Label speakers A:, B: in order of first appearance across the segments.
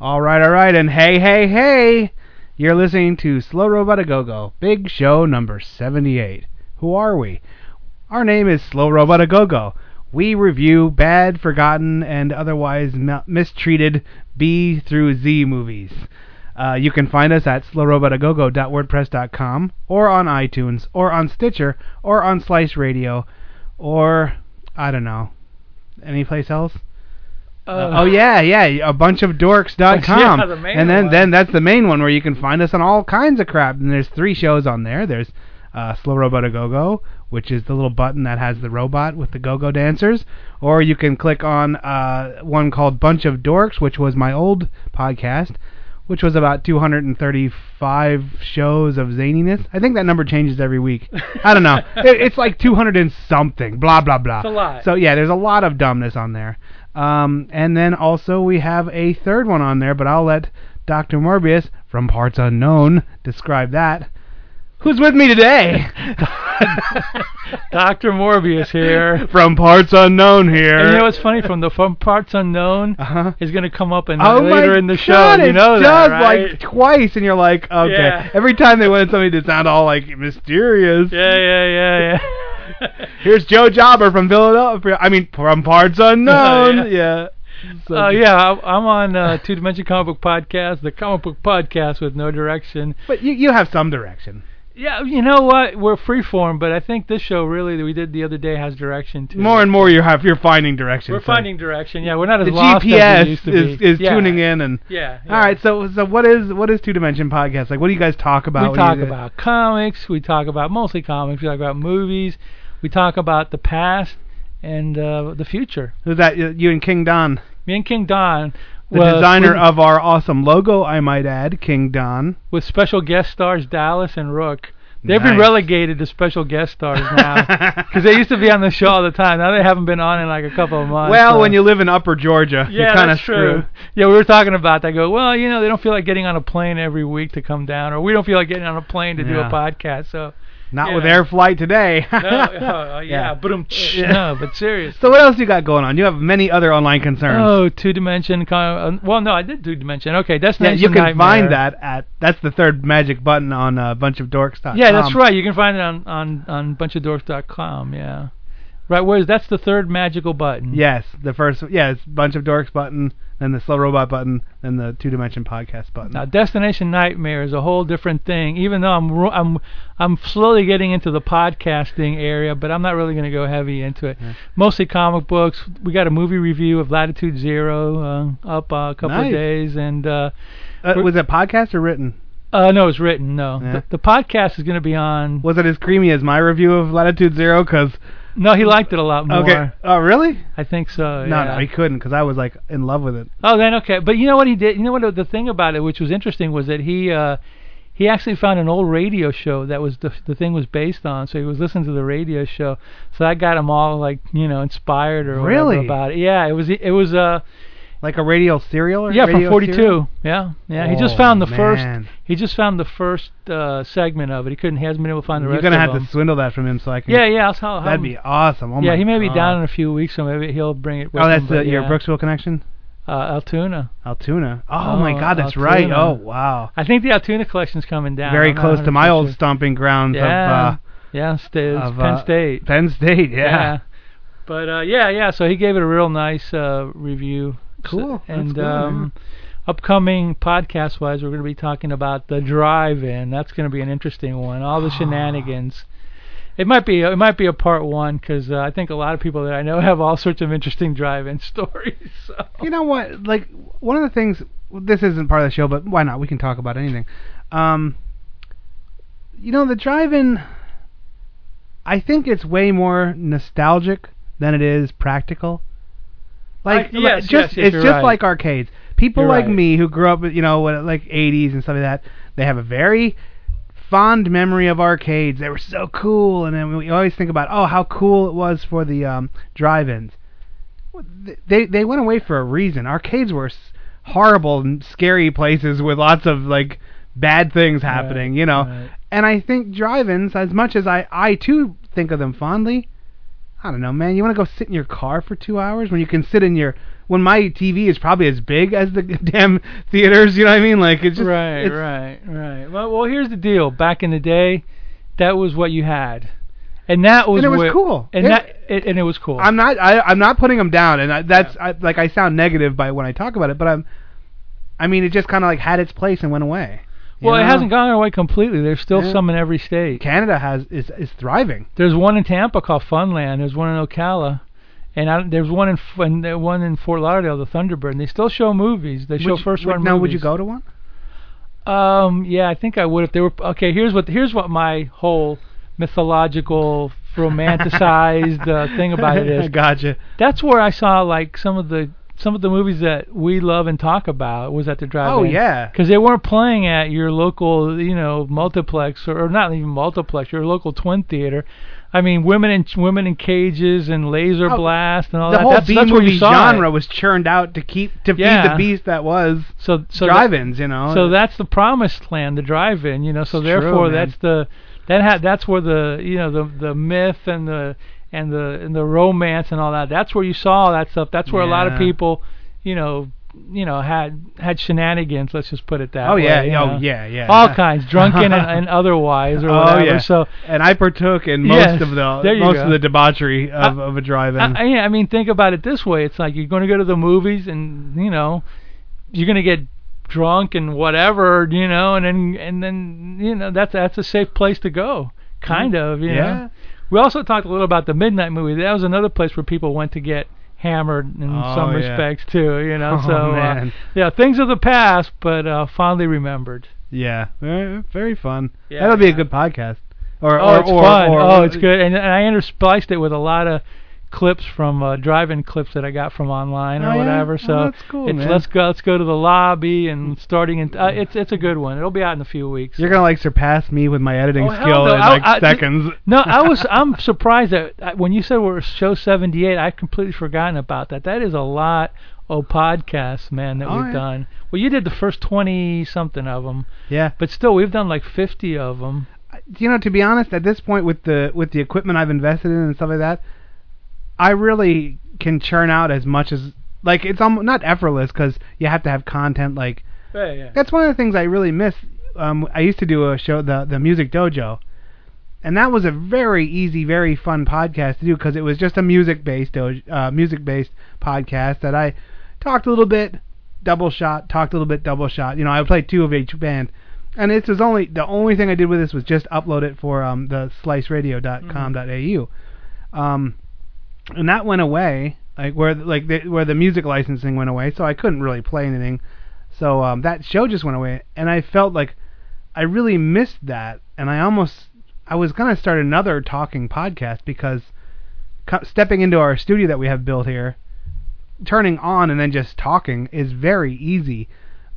A: All right, all right, and hey, hey, hey! You're listening to Slow Robot A Go Go, big show number 78. Who are we? Our name is Slow Robot A Go Go. We review bad, forgotten, and otherwise mi- mistreated B through Z movies. Uh, you can find us at slowrobotagogo.wordpress.com, or on iTunes, or on Stitcher, or on Slice Radio, or, I don't know, any place else? Uh, oh yeah, yeah, a bunch of dorks.com.
B: Yeah, the main
A: and then
B: one.
A: then that's the main one where you can find us on all kinds of crap. And there's three shows on there. There's uh, Slow Robot A Go Go, which is the little button that has the robot with the go go dancers, or you can click on uh, one called Bunch of Dorks, which was my old podcast, which was about 235 shows of zaniness. I think that number changes every week. I don't know. it, it's like 200 and something. Blah blah blah.
B: It's a lot.
A: So yeah, there's a lot of dumbness on there. Um, and then also we have a third one on there, but I'll let Dr. Morbius from Parts Unknown describe that. Who's with me today?
B: Dr. Morbius here.
A: from Parts Unknown here.
B: And you know what's funny? From the from parts unknown
A: uh-huh.
B: is going to come up in,
A: Oh
B: later
A: my
B: in the show.
A: God,
B: you
A: it
B: know
A: does
B: that, right?
A: like twice, and you're like, okay.
B: Yeah.
A: Every time they wanted somebody to sound all like mysterious.
B: yeah, yeah, yeah, yeah.
A: Here's Joe Jobber from Philadelphia. I mean, from Parts Unknown.
B: Oh, Yeah.
A: yeah. So-
B: Uh, yeah, I- I'm on uh, Two Dimension Comic Book Podcast, the comic book podcast with no direction.
A: But you, you have some direction.
B: Yeah, you know what? We're freeform, but I think this show really that we did the other day has direction too.
A: More and more, you have you're finding direction.
B: we're
A: so-
B: finding direction. Yeah, we're not as
A: the
B: lost as we
A: GPS
B: used to
A: is,
B: be.
A: is
B: yeah.
A: tuning in and
B: Yeah.
A: all
B: yeah.
A: right. So so what is what is two dimension podcast like? What do you guys talk about?
B: we
A: What do
B: talk
A: you-
B: about comics. We talk about mostly comics. We talk about movies. We talk about the past and uh, the future.
A: who's that? You and King Don,
B: Me and King Don,
A: the
B: was-
A: designer
B: with,
A: of our awesome logo, I might add, King Don.
B: with special guest stars Dallas and Rook. They've been
A: Nice.
B: relegated to special guest stars now because they used to be on the show all the time. Now they haven't been on in like a couple of months.
A: well,
B: so-
A: when you live in Upper Georgia,
B: yeah,
A: you're kind of
B: that's true. Yeah, we were talking about that. I go, well, you know, they don't feel like getting on a plane every week to come down, or we don't feel like getting on a plane to do a
A: Yeah.
B: podcast. So
A: Not
B: Yeah.
A: with air flight today.
B: no, oh, yeah, but um,
A: Yeah.
B: no, but serious.
A: so what else you got going on? You have many other online concerns.
B: Oh, two dimension. Con- uh, well, no, I did two dimension. Okay, that's
A: yeah,
B: Nation
A: you can
B: Nightmare.
A: find that at that's the third magic button on a bunch of dorks.
B: Yeah, that's right. You can find it on on on bunchofdorks.com. Yeah, right. Where's that's the third magical button.
A: Yes, the first. Yeah, it's bunch of dorks button, then the slow robot button, then the two dimension podcast button.
B: Now, Destination Nightmare is a whole different thing. Even though I'm ro- I'm I'm slowly getting into the podcasting area, but I'm not really going to go heavy into it. Mostly comic books. We got a movie review of Latitude Zero uh, up uh, a couple
A: Nice.
B: of days, and uh,
A: Uh, was it podcast or written?
B: uh, no, it's written. No,
A: Yeah.
B: the, the podcast is going to be on.
A: Was it as creamy as my review of Latitude Zero? Because
B: No, he liked it a lot more.
A: okay, oh really?
B: I think so.
A: No,
B: yeah.
A: no, he couldn't because I was like in love with it.
B: Oh, then okay. But you know what he did? You know what the thing about it, which was interesting, was that he uh, he actually found an old radio show that was the the thing was based on. So he was listening to the radio show. So that got him all like you know inspired or whatever
A: Really?
B: about it. Yeah, it was it was uh
A: Like a radio serial or
B: yeah from
A: radio
B: 42.
A: serial?
B: Yeah, yeah. he just
A: Oh,
B: found the first
A: man.
B: he just found the first uh, segment of it. He couldn't he hasn't been able to find the
A: You're
B: rest.
A: gonna
B: of
A: have
B: them.
A: to swindle that from him so I can.
B: yeah, yeah. I'll, I'll,
A: that'd be awesome. Oh
B: yeah,
A: my
B: he may be
A: God.
B: down in a few weeks, so maybe he'll bring it. With
A: Oh, that's
B: him,
A: the,
B: but
A: your
B: yeah.
A: Brooksville connection,
B: uh, Altoona.
A: Altoona. Oh,
B: Oh,
A: my God, that's right.
B: Altoona.
A: Oh wow,
B: I think the Altoona collection's coming down.
A: very
B: I'm not
A: close to my
B: 100%
A: old
B: sure.
A: stomping grounds
B: Yeah,
A: of uh,
B: yeah, sta- it's
A: of,
B: Penn
A: uh,
B: State.
A: uh, Penn State.
B: But uh, yeah, yeah. So he gave it a real nice uh, review. S-
A: Cool, that's
B: And
A: cool, yeah.
B: um, upcoming podcast wise, we're going to be talking about the drive-in. That's going to be an interesting one. All the shenanigans. It might be it might be a part one because uh, I think a lot of people that I know have all sorts of interesting drive-in stories. So.
A: you know what? Like one of the things. This isn't part of the show, but why not? We can talk about anything. Um, you know, the drive-in. I think it's way more nostalgic than it is practical. Like,
B: I- yes,
A: just
B: yes, yes,
A: it's
B: you're
A: just
B: right.
A: like arcades. People
B: You're
A: like
B: right.
A: me who grew up, with, you know, what, like 80s and stuff like that, they have a very fond memory of arcades. They were so cool, and then we always think about, oh, how cool it was for the um, drive-ins. They they went away for a reason. Arcades were s- horrible and scary places with lots of like bad things happening, you know.
B: right.
A: And I think drive-ins, as much as I I too think of them fondly, I don't know, man. You want to go sit in your car for two hours when you can sit in your when my TV is probably as big as the damn theaters. You know what I mean? Like it's just
B: right,
A: it's-
B: right, right. Well, well, here's the deal. Back in the day, that was what you had, and that was
A: And it was
B: what-
A: cool.
B: and
A: It-
B: that it, and it was cool.
A: I'm not. I, I'm not putting them down, and I, that's I, like I sound negative by when I talk about it, but I'm. I mean, it just kind of like had its place and went away. you
B: well, it
A: know?
B: hasn't gone away completely. There's still
A: Yeah.
B: some in every state.
A: Canada has is is thriving.
B: There's one in Tampa called Funland. There's one in Ocala. And I, there's one in F- and there- one in Fort Lauderdale, the Thunderbird. And they still show movies. They show
A: Would you-
B: first
A: would-
B: run
A: Now,
B: movies.
A: would you go to one?
B: Um, yeah, I think I would if they were. Okay, here's what here's what my whole mythological, romanticized uh, thing about it is.
A: gotcha.
B: That's where I saw like some of the some of the movies that we love and talk about was at the drive-in.
A: Oh yeah.
B: Because they weren't playing at your local, you know, multiplex or, or not even multiplex, your local twin theater. I mean, women in women in cages and laser
A: Oh,
B: blast and all
A: the
B: that.
A: whole
B: that's,
A: B
B: that's where
A: movie
B: you saw
A: genre
B: It.
A: was churned out to keep to feed
B: Yeah.
A: the beast that was
B: So, so that-
A: drive-ins. You know.
B: so that's the promised land, the drive-in, you know. So
A: It's true,
B: therefore,
A: man.
B: that's the that ha- that's where the you know the the myth and the and the and the romance and all that. That's where you saw all that stuff. That's where a lot of
A: Yeah.
B: people, you know, you know had had shenanigans. Let's just put it that
A: Oh
B: way.
A: yeah.
B: you
A: Oh
B: know.
A: yeah. Yeah.
B: All kinds, drunken and, and otherwise, or
A: Oh,
B: whatever.
A: yeah.
B: So
A: And I partook in most
B: Yes,
A: of
B: there
A: the
B: you
A: most
B: go.
A: of the debauchery of, of a drive-in.
B: I, I- yeah, I mean, think about it this way: it's like you're going to go to the movies, and you know, you're going to get drunk and whatever, you know, and then and then you know that's that's a safe place to go, kind of. You
A: Mm-hmm. yeah.
B: Know? We also talked a little about the midnight movie. That was another place where people went to get hammered in
A: Oh,
B: some
A: yeah.
B: respects too. You know,
A: Oh,
B: so uh,
A: man.
B: yeah, things of the past, but uh, fondly remembered.
A: Yeah, very, very fun.
B: Yeah,
A: That'll be a
B: yeah.
A: good podcast. Or,
B: Oh,
A: or,
B: it's
A: or,
B: fun.
A: or-
B: oh, it's good. And, and I interspliced it with a lot of clips from uh, drive-in clips that I got from online or
A: Oh, yeah?
B: whatever.
A: Oh,
B: So
A: that's cool,
B: it's
A: man.
B: let's go, let's go to the lobby and starting. In, uh, it's it's a good one. It'll be out in a few weeks.
A: You're gonna like surpass me with my editing
B: Oh, hell
A: skill
B: no.
A: in
B: I-
A: like
B: I-
A: seconds.
B: no, I was I'm surprised that uh, when you said we're show 78, I've completely forgotten about that. That is a lot of podcasts, man, that
A: Oh,
B: we've
A: yeah.
B: done. Well, you did the first 20 something of them,
A: yeah,
B: but still we've done like 50 of them.
A: you know, to be honest, at this point with the with the equipment I've invested in and stuff like that, I really can churn out as much as like it's almost not effortless because you have to have content like
B: Yeah, yeah.
A: That's one of the things I really miss. Um, I used to do a show, the the Music Dojo, and that was a very easy, very fun podcast to do because it was just a music based dojo, uh, music based podcast that I talked a little bit, double shot, talked a little bit, double shot. You know, I played two of each band, and it was only the only thing I did with this was just upload it for um, the SliceRadio.com.au, um, and that went away. Like where like the, where the music licensing went away, so I couldn't really play anything. So um, that show just went away, and I felt like I really missed that, and I almost I was gonna start another talking podcast because co- stepping into our studio that we have built here, turning on and then just talking is very easy,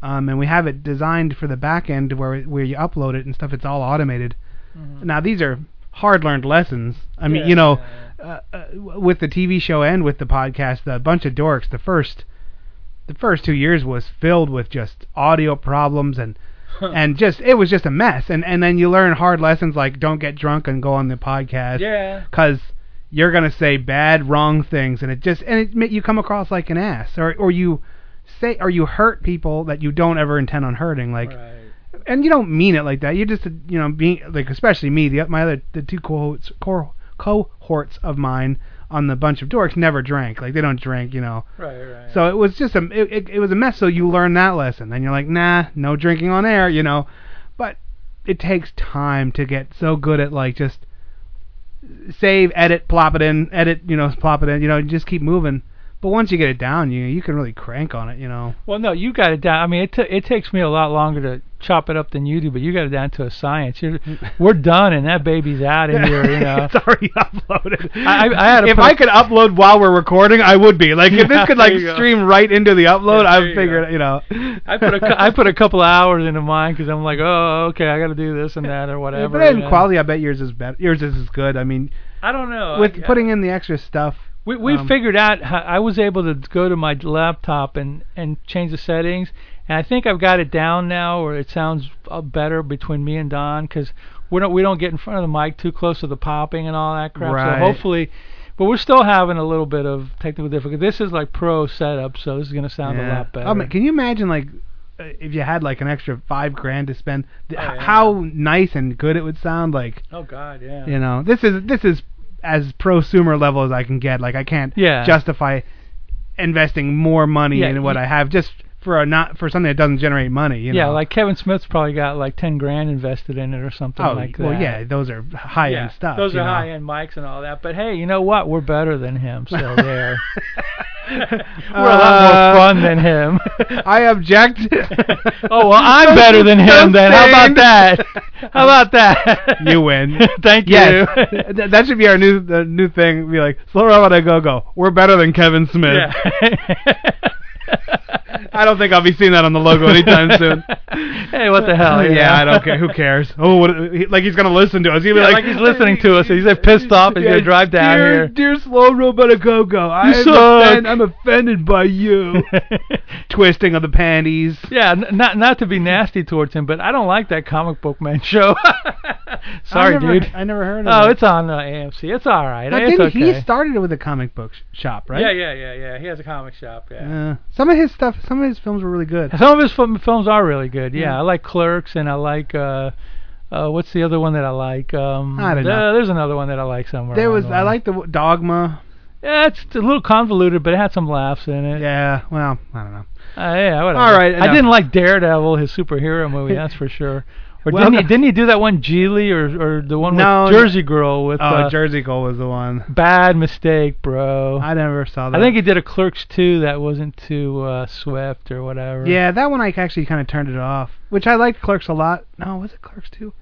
A: um, and we have it designed for the back end where where you upload it and stuff. It's all automated.
B: Mm-hmm.
A: Now these are hard learned lessons. I mean,
B: Yeah,
A: you know,
B: yeah,
A: uh, uh, w- with the TV show and with the podcast, the bunch of dorks. The first the first two years was filled with just audio problems and and just it was just a mess and and then you learn hard lessons like don't get drunk and go on the podcast
B: Yeah.
A: because you're gonna say bad wrong things and it just and it ma- you come across like an ass or or you say or you hurt people that you don't ever intend on hurting like
B: Right.
A: and you don't mean it like that. You're just you know being like especially me the my other the two cohorts cor- cohorts of mine on the bunch of dorks never drank like they don't drink you know
B: Right, right.
A: so it was just a it, it, it was a mess. So you learn that lesson, and you're like, nah, no drinking on air, you know. But it takes time to get so good at like just save, edit, plop it in, edit, you know, plop it in, you know, and just keep moving. But once you get it down, you you can really crank on it, you know.
B: Well, no, you got it down. I mean, it t- it takes me a lot longer to chop it up than you do, but you got it down to a science. You're, we're done, and that baby's out of here. You know,
A: it's already uploaded.
B: I- I had to
A: if
B: put
A: I
B: a-
A: could upload while we're recording, I would be. Like, if this
B: Yeah,
A: could like
B: there you go.
A: stream right into the upload,
B: Yeah,
A: I
B: there you
A: figured,
B: go.
A: you know.
B: I put a cou- I put a couple of hours into mine because I'm like, oh, okay, I got to do this and that or
A: Yeah,
B: whatever.
A: But in
B: you know.
A: quality, I bet yours is better. Yours is as good. I mean,
B: I don't know.
A: with
B: I-
A: putting in the extra stuff,
B: we we
A: um,
B: figured out. How, I was able to go to my laptop and and change the settings, and I think I've got it down now, or it sounds uh, better between me and Don because we don't we don't get in front of the mic too close to the popping and all that crap.
A: Right.
B: So hopefully. But we're still having a little bit of technical difficulty. This is like pro setup, so this is going to sound a
A: yeah.
B: lot better.
A: Oh, man, can you imagine like uh, if you had like an extra five grand to spend, th-
B: Oh, yeah.
A: how nice and good it would sound? Like,
B: oh God,
A: you know, this is this is as prosumer level as I can get. Like, I can't
B: Yeah.
A: justify investing more money
B: Yeah,
A: in what
B: you-
A: I have just for a not for something that doesn't generate money. You
B: yeah,
A: know?
B: like Kevin Smith's probably got like ten grand invested in it or something
A: oh,
B: like that.
A: well, yeah, those are high
B: Yeah,
A: end stuff.
B: Those
A: you
B: are
A: know?
B: high end mics and all that. But hey, you know what? We're better than him, so there. We're a lot
A: Uh,
B: more fun than him.
A: I object.
B: oh well, I'm better than him. Then how about that? How about that?
A: You win.
B: Thank
A: Yes,
B: you.
A: Th- that should be our new the new thing. Be like, slow robot a go go. We're better than Kevin Smith.
B: Yeah.
A: I don't think I'll be seeing that on the logo anytime soon.
B: hey, what the hell? you
A: yeah,
B: know?
A: I don't care. Who cares? Oh, what, he, like he's gonna listen to us. He'll be
B: Yeah,
A: like,
B: like he's listening to us. He's, like, pissed off. He's gonna drive down
A: dear,
B: here."
A: Dear slow robot a go go. I'm,
B: suck."
A: offend- I'm offended by you. Twisting of the panties.
B: Yeah, n- not not to be nasty towards him, but I don't like that comic book man show. Sorry,
A: I never,
B: dude.
A: I never heard of
B: Oh,
A: it.
B: it's on uh, AMC. It's all right.
A: Now,
B: it's
A: didn't
B: okay.
A: he started it with a comic book sh- shop, right?
B: Yeah, yeah, yeah, yeah. He has a comic shop. Yeah.
A: Uh, some of his stuff, some of his films were really good.
B: Some of his film, films are really good. Yeah,
A: Mm.
B: I like Clerks, and I like uh, uh, what's the other one that I like? Um,
A: I don't
B: there-
A: know.
B: There's another one that I like somewhere.
A: There
B: along
A: was,
B: the
A: I
B: line.
A: like the w- Dogma.
B: Yeah, it's a little convoluted, but it had some laughs in it.
A: Yeah, well, I don't know.
B: Uh, yeah, whatever.
A: All right,
B: I
A: enough.
B: didn't like Daredevil, his superhero movie. That's for sure. Or
A: Well,
B: didn't he?
A: no-
B: Didn't he do that one Geely or or the one
A: No,
B: with Jersey Girl with
A: Oh,
B: uh,
A: Jersey Girl was the one.
B: bad mistake, bro?
A: I never saw that.
B: I think he did a Clerks too that wasn't too uh, swift or whatever.
A: Yeah, that one I actually kind of turned it off, which I liked Clerks a lot. No, was it Clerks too?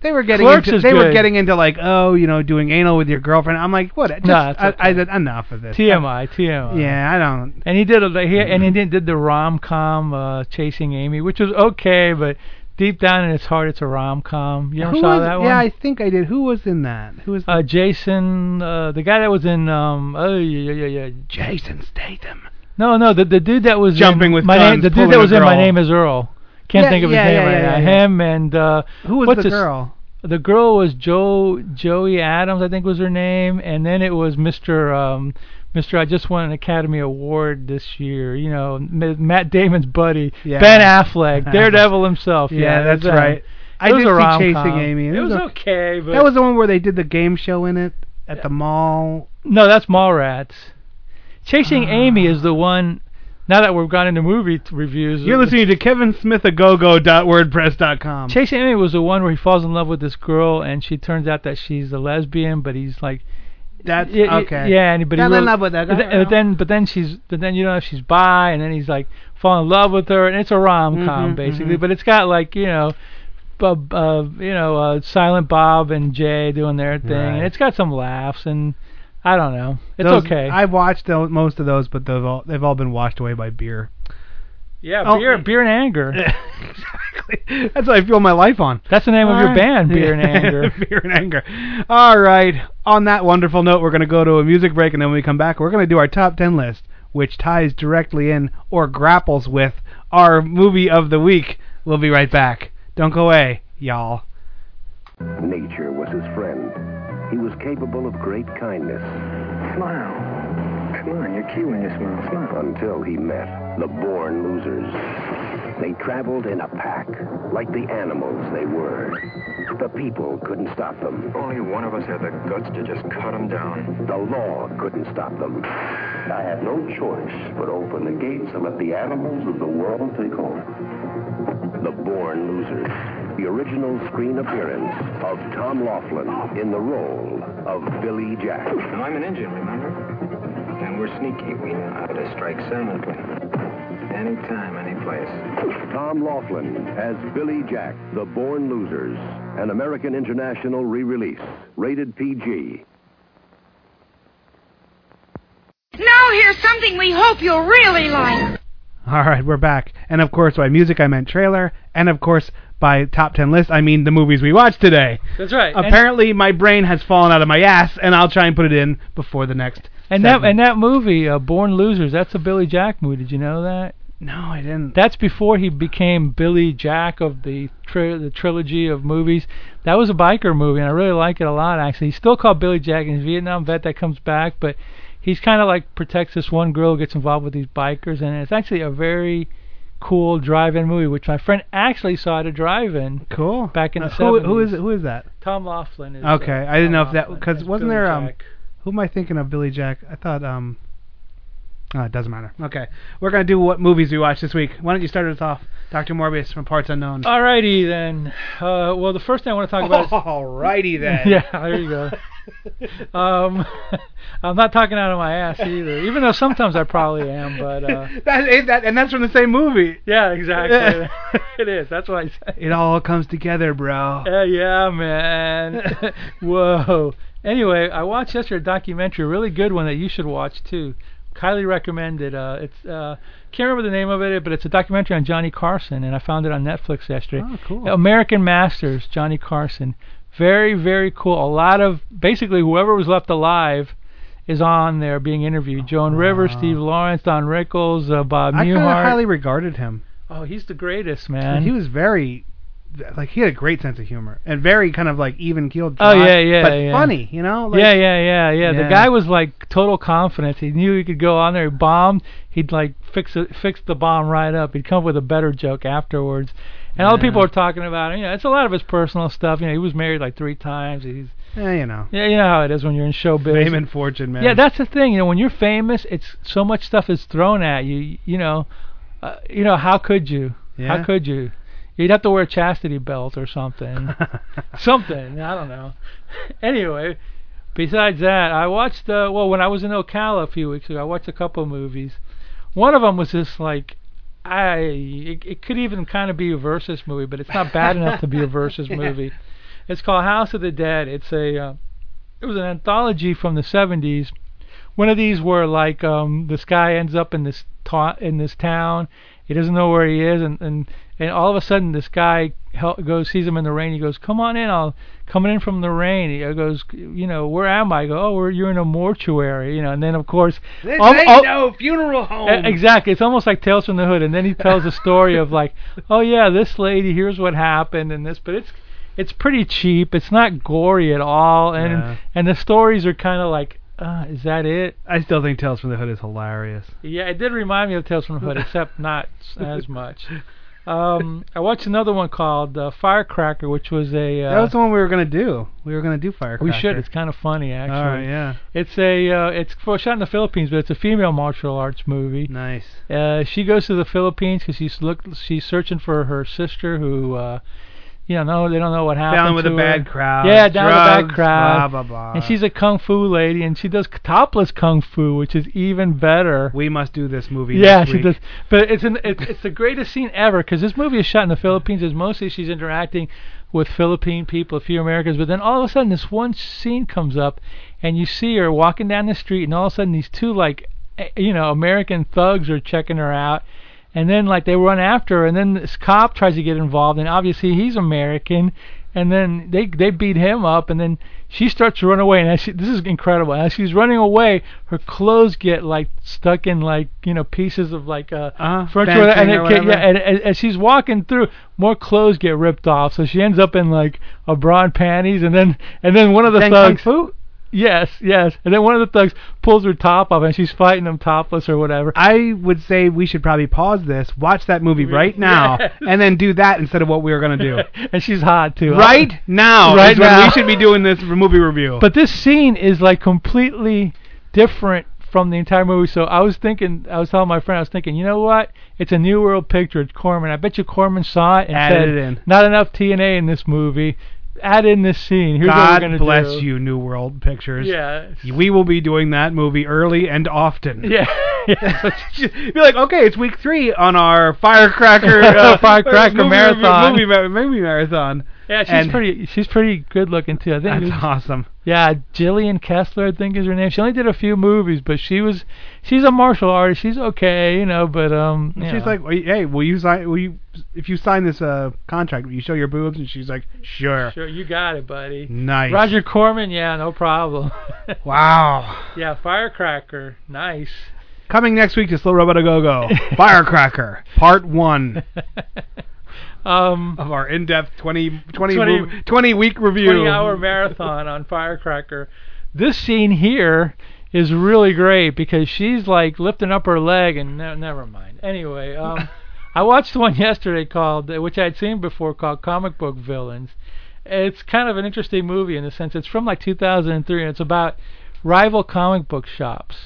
A: They were getting
B: Clerks
A: into,
B: is
A: they were
B: good.
A: getting into like oh you know doing anal with your girlfriend. I'm like what? Just,
B: Nah, it's
A: I, I
B: okay.
A: said enough of this.
B: TMI, TMI.
A: Yeah, I don't.
B: And he did a, he and
A: Mm-hmm.
B: he did, did the rom com uh, Chasing Amy, which was okay, but deep down in its heart, it's a rom com. You ever
A: Who
B: saw
A: was,
B: that one?
A: Yeah, I think I did. Who was in that? Who was
B: uh, Jason, uh, the guy that was in um, oh yeah yeah yeah. yeah.
A: Jason Statham?
B: No, no, the the dude that was
A: Jumping
B: in,
A: with
B: my
A: guns,
B: name, the dude
A: pulling
B: that
A: a
B: was in
A: girl.
B: My Name Is Earl. Can't
A: Yeah,
B: think of his
A: yeah,
B: name
A: yeah,
B: right
A: yeah,
B: now.
A: yeah.
B: Him and uh,
A: Who was
B: What's
A: the
B: his-
A: girl?
B: the girl was Joe Joey Adams, I think was her name, and then it was Mr. Um, Mr. I just won an Academy Award this year. You know, M- Matt Damon's buddy,
A: Yeah.
B: Ben Affleck, Daredevil himself. Yeah,
A: Yeah, that's
B: that-
A: right.
B: it
A: I
B: was
A: did
B: a
A: see
B: rom-com.
A: Chasing Amy.
B: It was
A: a-
B: okay, but
A: That was the one where they did the game show in it at the mall.
B: no, that's Mallrats. Chasing
A: Ah.
B: Amy is the one. Now that we've gone into movie t- reviews,
A: You're listening to kevinsmithagogo.wordpress.com.
B: Chasing Amy was the one where he falls in love with this girl, and she turns out that she's a lesbian, but he's like
A: That's
B: Yeah, y-
A: okay.
B: Yeah, and, but he
A: Fell in
B: really-
A: love with that
B: but
A: guy,
B: then-
A: you know?
B: But then, but then she's, but then you don't know if she's bi, and then he's like fall in love with her, and it's a rom com
A: Mhm,
B: basically.
A: mhm.
B: But it's got like you know, bu- uh, you know, uh, Silent Bob and Jay doing their thing,
A: Right.
B: and it's got some laughs, and I don't know, it's
A: Those-
B: okay.
A: I've watched tho- most of those, but they've all, they've all been washed away by beer.
B: yeah,
A: oh.
B: beer, beer and anger.
A: exactly. That's what I fuel my life on.
B: That's the name of your band, Beer and Anger.
A: beer and anger. All right. On that wonderful note, we're going to go to a music break, and then when we come back, we're going to do our top 10 list, which ties directly in or grapples with our movie of the week. We'll be right back. Don't go away, y'all.
C: Nature was his friend. He was capable of great kindness
D: Smile. Come on, you're cute when you smile. Smile.
C: until he met the born losers. They traveled in a pack, like the animals they were. The people couldn't stop them.
D: Only one of us had the guts to just cut him down.
C: The law couldn't stop them. I had no choice but open the gates and let the animals of the world take over. The Born Losers. The original screen appearance of Tom Laughlin in the role of Billy Jack.
D: Now, I'm an engine, remember? And we're sneaky. We know how to strike silently. Anytime, anyplace.
C: place. Tom Laughlin as Billy Jack, The Born Losers, an American International re-release, rated PG.
E: Now here's something we hope you'll really like.
A: All right, we're back. And of course, by music, I meant trailer. And of course, by top 10 list, I mean the movies we watched today.
B: That's right. And-
A: Apparently, my brain has fallen out of my ass, and I'll try and put it in before the next.
B: And that
A: segment.
B: and that movie, uh, Born Losers, that's a Billy Jack movie. Did you know that?
A: No, I didn't.
B: That's before he became Billy Jack of the tri- the trilogy of movies. That was a biker movie, and I really like it a lot. Actually, he's still called Billy Jack, and he's a Vietnam vet that comes back, but he's kind of like protects this one girl who gets involved with these bikers, and it's actually a very cool drive-in movie, which my friend actually saw at a drive-in.
A: cool. Uh,
B: back in the
A: who, who
B: 70s.
A: is who is that?
B: Tom Laughlin is. uh,
A: Okay, I didn't know if that- 'cause wasn't there, um,
B: um.
A: Who am I thinking of? Billy Jack. I thought um. Oh, it doesn't matter. Okay, we're gonna do what movies we watched this week. Why don't you start us off, Doctor Morbius from Parts Unknown?
B: Oh, Alrighty then. Uh, well, the first thing I want to
A: Oh,
B: talk about. Is,
A: Alrighty then.
B: yeah, there you go. Um, I'm not talking out of my ass either, even though sometimes I probably am. But uh,
A: that, eh, that- and that's from the same movie.
B: yeah, exactly. it is. That's what I say.
A: It all comes together, bro.
B: Yeah, Uh, yeah, man. Whoa. Anyway, I watched yesterday a documentary, a really good one that you should watch too. Highly recommended. Uh, it's uh, can't remember the name of it, but it's a documentary on Johnny Carson, and I found it on Netflix yesterday.
A: Oh, cool.
B: American Masters, Johnny Carson. Very, very cool. A lot of basically whoever was left alive is on there being interviewed. Joan Rivers, Steve Lawrence, Don Rickles, uh, Bob
A: Oh, I kind of
B: Newhart.
A: highly regarded him.
B: oh, he's the greatest man.
A: he was very, like, he had a great sense of humor and very kind of like even keeled.
B: Oh, yeah, yeah,
A: but
B: yeah.
A: funny, you know. Like,
B: yeah, yeah, yeah, yeah.
A: Yeah.
B: The guy was like total confidence. He knew he could go on there. He bombed. He'd like fix it, fix the bomb right up. He'd come up with a better joke afterwards. And all the people were talking about it. You know, it's a lot of his personal stuff. You know, he was married like three times. He's
A: yeah, eh, you know,
B: yeah, you know how it is when you're in showbiz.
A: fame and fortune, man.
B: Yeah, that's the thing. You know, when you're famous, it's so much stuff is thrown at you. You know, uh, you know how could you?
A: Yeah.
B: How could you? You'd have to wear a chastity belt or something. something. I don't know. anyway, besides that, I watched. Uh, well, when I was in Ocala a few weeks ago, I watched a couple of movies. One of them was just like, I. It, it could even kind of be a versus movie, but it's not bad enough to be a versus movie. It's called House of the Dead. It's a. Uh, it was an anthology from the 70s. One of these where like um, this guy ends up in this ta- in this town. He doesn't know where he is, and and, and all of a sudden this guy hel- goes sees him in the rain. He goes, "Come on in, I'll coming in from the rain." He goes, "You know, where am I?" I go, "Oh, we're, you're in a mortuary," you know. And then of course,
A: This
B: al-
A: ain't
B: al-
A: no funeral home.
B: E- Exactly. It's almost like Tales from the Hood, and then he tells a story of like, oh yeah, this lady, here's what happened, and this. But it's it's pretty cheap. It's not gory at all, and
A: Yeah.
B: and the stories are kind of like, uh, is that it?
A: I still think Tales from the Hood is hilarious.
B: Yeah, it did remind me of Tales from the Hood, except not s- as much. Um, I watched another one called uh, Firecracker, which was a. Uh,
A: that was the one we were gonna do. We were gonna do Firecracker.
B: we should. Oh, It's kind of funny actually.
A: All right, yeah,
B: It's a uh, it's for shot in the Philippines, but it's a female martial arts movie.
A: nice.
B: Uh, she goes to the Philippines because she's look she's searching for her sister who, uh, you know, no, they don't know what happened.
A: Down with
B: to
A: a
B: her.
A: bad crowd.
B: Yeah, down with a
A: drugs,
B: bad crowd.
A: Blah blah blah.
B: And she's a kung fu lady, and she does topless kung fu, which is even better.
A: we must do this movie.
B: yeah,
A: next
B: she
A: week.
B: does. But it's an it's, it's the greatest scene ever because this movie is shot in the Philippines. Is mostly she's interacting with Philippine people, a few Americans, but then all of a sudden this one scene comes up, and you see her walking down the street, and all of a sudden these two like, eh, you know, American thugs are checking her out, and then like they run after her, and then this cop tries to get involved, and obviously he's American, and then they they beat him up, and then she starts to run away, and as she, this is incredible. As she's running away, her clothes get like stuck in like you know pieces of like uh,
A: Uh-huh,
B: furniture, and
A: fencing
B: it
A: or
B: get, yeah,
A: whatever.
B: and, and as she's walking through, more clothes get ripped off, so she ends up in like a bra and panties, and then and then one of the
A: Then Kung
B: thugs. Yes, yes, and then one of the thugs pulls her top off, and she's fighting him topless or whatever.
A: I would say we should probably pause this, watch that movie right now,
B: Yes.
A: and then do that instead of what we were gonna do.
B: and she's hot too.
A: right now,
B: Right
A: is when
B: now.
A: we should be doing this movie review.
B: But this scene is like completely different from the entire movie. So I was thinking, I was telling my friend, I was thinking, you know what? It's a New World picture. It's Corman. I bet you Corman saw it and
A: Added
B: said,
A: it in.
B: not enough TNA in this movie. Add in this scene. Here's what we're
A: God
B: gonna
A: bless
B: do.
A: you, New World Pictures.
B: Yeah.
A: We will be doing that movie early and often.
B: Yeah,
A: Be like, okay, it's week three on our firecracker uh,
B: Firecracker
A: movie-
B: marathon.
A: movie, ma- movie marathon.
B: yeah, she's
A: And-
B: pretty. She's pretty good looking too. I think.
A: That's awesome.
B: Yeah, Jillian Kessler, I think is her name. She only did a few movies, but she was. She's a martial artist. She's okay, you know. But um, you
A: She's
B: know.
A: like, hey, will you sign? Will you if you sign this uh contract? Will you show your boobs? And she's like, sure.
B: Sure, you got it, buddy.
A: Nice.
B: Roger Corman, yeah, no problem.
A: Wow.
B: yeah, Firecracker, nice.
A: Coming next week to Slow Robot A Go Go, Firecracker, Part One
B: Um,
A: of our in-depth 20, 20,
B: 20
A: mov- 20 week review.
B: 20 hour marathon on Firecracker. This scene here is really great because she's like lifting up her leg and no, never mind. Anyway, um, I watched one yesterday called, which I'd seen before, called Comic Book Villains. It's kind of an interesting movie in the sense it's from like 2003 and it's about rival comic book shops.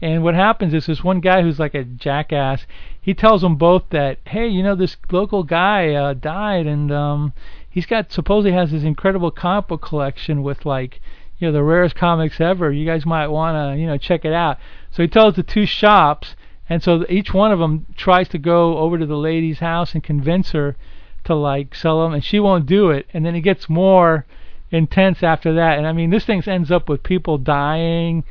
B: And what happens is this one guy who's like a jackass, he tells them both that, hey, you know, this local guy uh, died, and um, he's got supposedly has this incredible comic book collection with like, you know, the rarest comics ever. You guys might want to, you know, check it out. So he tells the two shops, and so each one of them tries to go over to the lady's house and convince her to like sell them, and she won't do it. And then it gets more intense after that. And I mean, this thing ends up with people dying.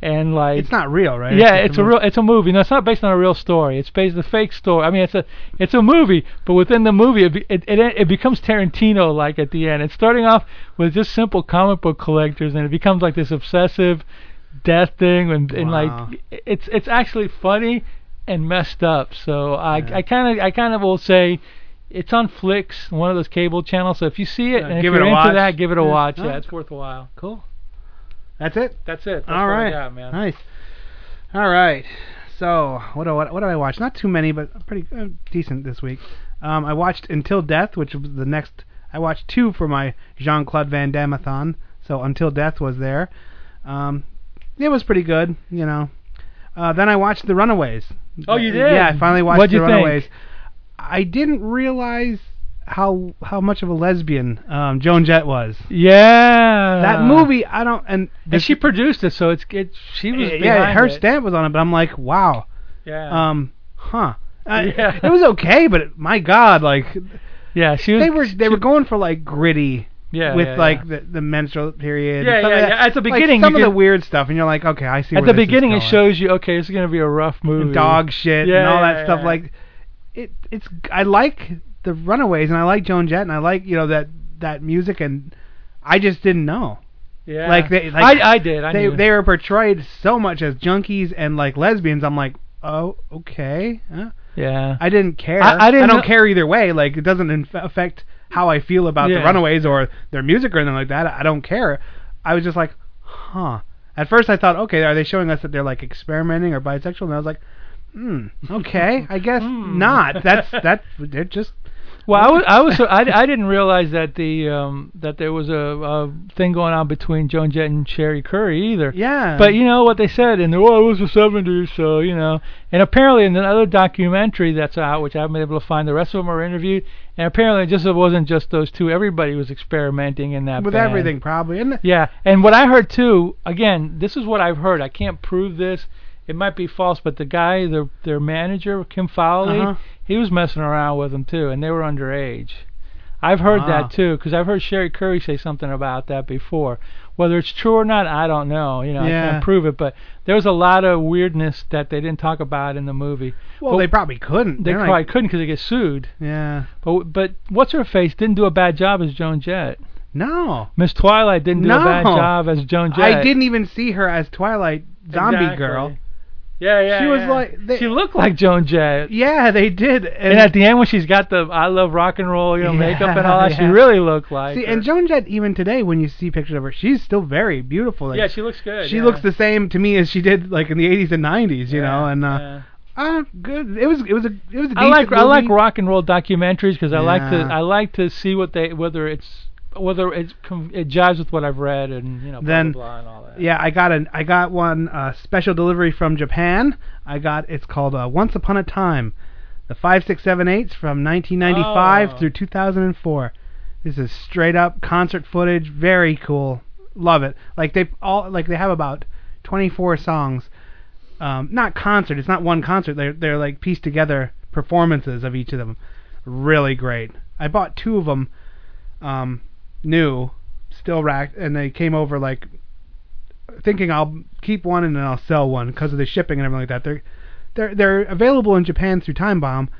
B: And like
A: It's not real, right?
B: yeah,
A: just
B: it's a real it's a movie. No, it's not based on a real story. It's based on a fake story. I mean, it's a it's a movie, but within the movie, it be, it, it it becomes Tarantino like at the end. It's starting off with just simple comic book collectors, and it becomes like this obsessive death thing, and, and
A: Wow.
B: like it's it's actually funny and messed up. So I I kind of I kind of will say. It's on Flix, one of those cable channels. So if you see it,
A: Yeah,
B: and
A: give
B: if
A: it
B: you're
A: a
B: into
A: watch.
B: that, give it a
A: Yeah.
B: watch. Yeah,
A: Oh,
B: it's worth a while. Cool.
A: That's it.
B: That's it. That's
A: All
B: what I
A: right,
B: got, man.
A: nice. All right. So what do what, what did I watch? Not too many, but pretty uh, decent this week. Um, I watched Until Death, which was the next. I watched two for my Jean Claude Van Damme-a-thon. So Until Death was there. Um, it was pretty good, you know. Uh, then I watched The Runaways. Uh,
B: Oh, you did?
A: Yeah, I finally watched
B: What'd
A: The
B: you think?
A: Runaways. I didn't realize how how much of a lesbian um, Joan Jett was.
B: Yeah.
A: That movie, I don't. And,
B: Uh. And she produced it, so it's it. She was
A: yeah,
B: behind
A: her
B: it.
A: stamp was on it, but I'm like, wow.
B: Yeah,
A: Um, huh. I,
B: Uh, Yeah.
A: It was okay, but it- my God, like
B: yeah, she was.
A: they were they
B: she-
A: were going for like gritty
B: yeah,
A: with
B: yeah,
A: like
B: yeah.
A: the, the menstrual period. and
B: Yeah,
A: stuff
B: yeah,
A: like
B: yeah.
A: that.
B: At the
A: Like,
B: beginning,
A: some
B: you
A: of the
B: could-
A: weird stuff, and you're like, okay, I see.
B: at
A: where
B: the
A: this is
B: beginning it
A: going.
B: shows you okay, it's gonna be a rough movie.
A: And dog shit
B: Yeah,
A: and all
B: yeah,
A: that stuff.
B: yeah.
A: Like it, it's I like the Runaways and I like Joan Jett and I like you know that that music and I just didn't know.
B: Yeah.
A: Like they, like
B: I I did. I
A: they
B: knew.
A: they were portrayed so much as junkies and like lesbians. I'm like, oh, okay. huh?
B: yeah.
A: I didn't care.
B: I- I didn't
A: don't
B: know-
A: care either way. Like it doesn't inf- affect how I feel about
B: Yeah.
A: the Runaways or their music or anything like that. I don't care. I was just like, huh. At first, I thought, okay, are they showing us that they're like experimenting or bisexual? And I was like, hmm, okay, I guess
B: Hmm.
A: not. That's that's they're just
B: well, I was I was so, I, I didn't realize that the um that there was a, a thing going on between Joan Jett and Sherry Curry either.
A: yeah.
B: But you know what they said, and oh, it was the '70s, so you know. And apparently, in another documentary that's out, which I haven't been able to find, the rest of them are interviewed, and apparently, it just it wasn't just those two. Everybody was experimenting in that
A: with
B: band.
A: everything probably. And
B: Yeah, and what I heard too. Again, this is what I've heard. I can't prove this. It might be false, but the guy, their their manager, Kim Fowley,
A: Uh-huh.
B: he was messing around with them too, and they were underage. I've heard
A: Wow.
B: that too, because I've heard Sherry Curry say something about that before. Whether it's true or not, I don't know. You know, I
A: Yeah.
B: can't prove it. But there was a lot of weirdness that they didn't talk about in the movie.
A: well, they probably couldn't.
B: They
A: They're
B: probably
A: like-
B: couldn't because they get sued.
A: yeah.
B: But but what's her face didn't do a bad job as Joan Jett.
A: No,
B: Miss Twilight didn't do a bad
A: No.
B: job as Joan Jett.
A: I didn't even see her as Twilight zombie
B: Exactly.
A: girl.
B: Yeah, yeah.
A: She was
B: yeah.
A: like- they-
B: she looked like Joan Jett.
A: Yeah, they did.
B: And at the end, when she's got the "I love rock and roll" you know
A: Yeah,
B: makeup and all that, she
A: yeah.
B: really looked like.
A: See,
B: her.
A: and Joan Jett, even today, when you see pictures of her, she's still very beautiful. Like,
B: yeah, she looks good.
A: she
B: yeah.
A: looks the same to me as she did like in the 80s and 90s, you
B: Yeah,
A: know. And uh,
B: yeah.
A: ah, good. It was it was a it was a decent
B: I like I like
A: movie.
B: rock and roll documentaries because I like to
A: Yeah.
B: I like to see what they whether it's whether it's com- it jives with what I've read and you know blah
A: Then-
B: blah, blah and all that.
A: Yeah, I got an I got one uh, special delivery from Japan. I got it's called uh, Once Upon a Time, the five six seven eights from 1995
B: Oh.
A: through 2004. This is straight up concert footage. Very cool. Love it. Like they all like they have about 24 songs. um, not concert. It's not one concert. They're they're like pieced together performances of each of them. Really great. I bought two of them, um, new, still racked, and they came over like thinking I'll keep one and then I'll sell one because of the shipping and everything like that. They're they're they're available in Japan through Time Bomb,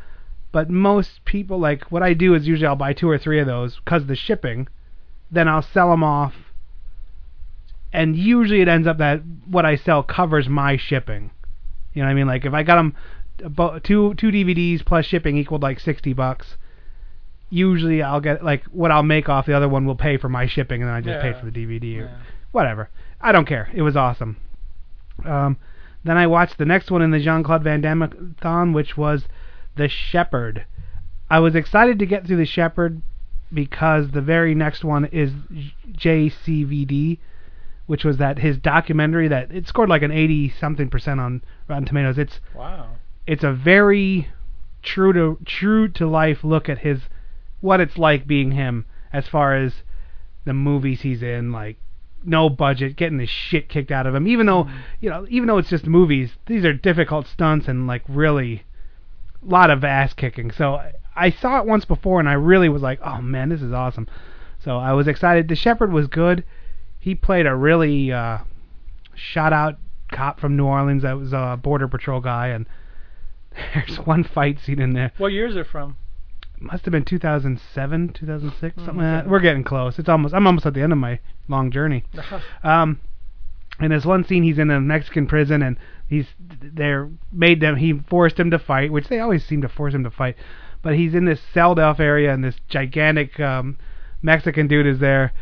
A: but most people like what I do is usually I'll buy two or three of those because of the shipping, then I'll sell them off. And usually it ends up that what I sell covers my shipping. You know what I mean? Like if I got them two two DVDs plus shipping equaled like sixty bucks. Usually I'll get like what I'll make off the other one will pay for my shipping and then I just pay
B: Yeah.
A: for the DVD or
B: Yeah.
A: whatever. I don't care. It was awesome. Um, then I watched the next one in the Jean Claude Van Damme thon, which was The Shepherd. I was excited to get through The Shepherd because the very next one is J- JCVD, which was that his documentary that it scored like an 80 something percent on Rotten Tomatoes. It's
B: Wow.
A: it's a very true to true to life look at his what it's like being him as far as the movies he's in like no budget getting the shit kicked out of him even though you know even though it's just movies these are difficult stunts and like really lot of ass kicking so I- i saw it once before and i really was like oh man this is awesome so i was excited the shepherd was good he played a really uh shot out cop from new orleans that was a border patrol guy and there's one fight scene in there
B: What years are from?
A: must have been 2007, 2006, something like
B: okay.
A: that. We're getting close. It's almost. I'm almost at the end of my long journey. Um, and there's one scene he's in a Mexican prison, and he's they're made them. He forced him to fight, which they always seem to force him to fight. But he's in this celled off area, and this gigantic um, Mexican dude is there.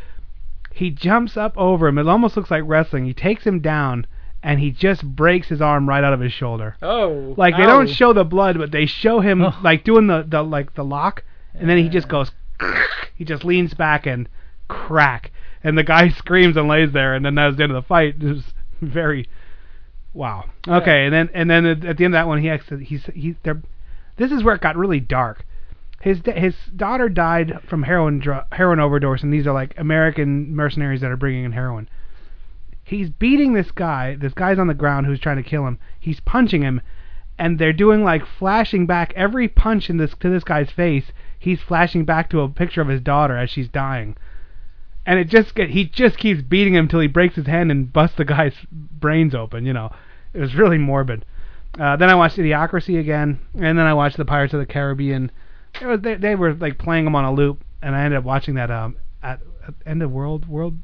A: He jumps up over him. It almost looks like wrestling. He takes him down, and he just breaks his arm right out of his shoulder.
B: Oh.
A: Like they
B: ow.
A: don't show the blood, but they show him
B: Oh.
A: like doing the, the like the lock, and then he just goes. He just leans back and crack, and the guy screams and lays there, and then that's the end of the fight. It was very wow. Okay, and then and then at at the end of that one, he actually he's he there. This is where it got really dark. His da- his daughter died from heroin dr- heroin overdose, and these are like American mercenaries that are bringing in heroin. He's beating this guy. This guy's on the ground who's trying to kill him. He's punching him, and they're doing like flashing back every punch in this to this guy's face. He's flashing back to a picture of his daughter as she's dying, and it just get, he just keeps beating him till he breaks his hand and busts the guy's brains open. You know, it was really morbid. Uh, then I watched Idiocracy again, and then I watched The Pirates of the Caribbean. It was, they, they were like playing them on a loop, and I ended up watching that um at, at end of world world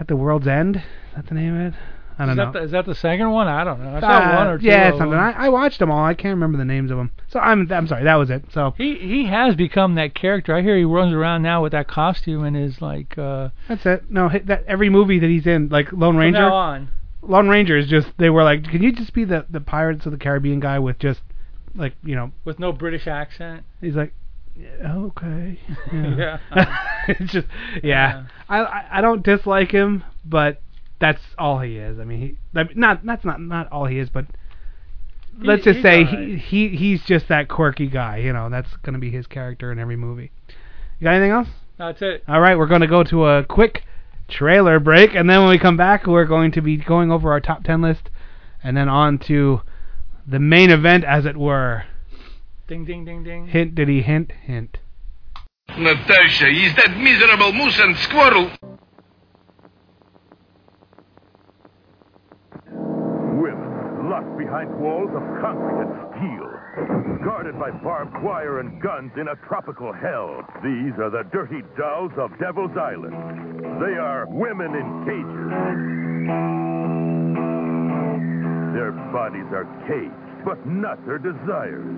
A: at the world's end. Is that the name of it? I don't
B: Is
A: know.
B: that, the, is that the second one? I don't know. I saw
A: Uh,
B: one or two.
A: yeah,
B: of
A: something.
B: them.
A: I, I watched them all. I can't remember the names of them. So I'm I'm sorry. That was it. So
B: He he has become that character. I hear he runs around now with that costume and is like uh,
A: that's it. No, hit that every movie that he's in, like Lone
B: from now
A: Ranger.
B: on.
A: Lone Ranger is just they were like, can you just be the the Pirates of the Caribbean guy with just like you know
B: with no British accent.
A: he's like. "Yeah, Okay.
B: Yeah.
A: it's just yeah.
B: Yeah.
A: I- I I don't dislike him, but that's all he is. I mean, he I mean, not that's not not all he is, but let's just
B: he's
A: say
B: all right.
A: he, he he's just that quirky guy. You know, that's gonna be his character in every movie. You got anything else?
B: That's it.
A: All right, we're going to go to a quick trailer break, and then when we come back, we're going to be going over our top 10 list and then on to the main event, as it were.
B: Ding ding ding ding.
A: Hint, diddy, hint, hint.
C: Natasha, he's that miserable moose and squirrel. With locked behind walls of concrete and steel, guarded by barbed wire and guns in a tropical hell, these are the dirty dolls of Devil's Island. They are women in cages. Their bodies are caged, but not their desires.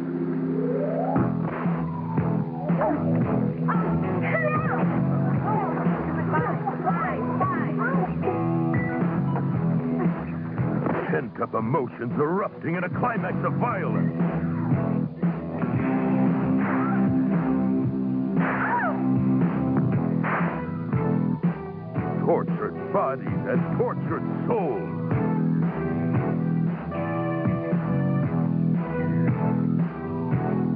C: pent up emotions erupting in a climax of violence. Tortured bodies and tortured souls.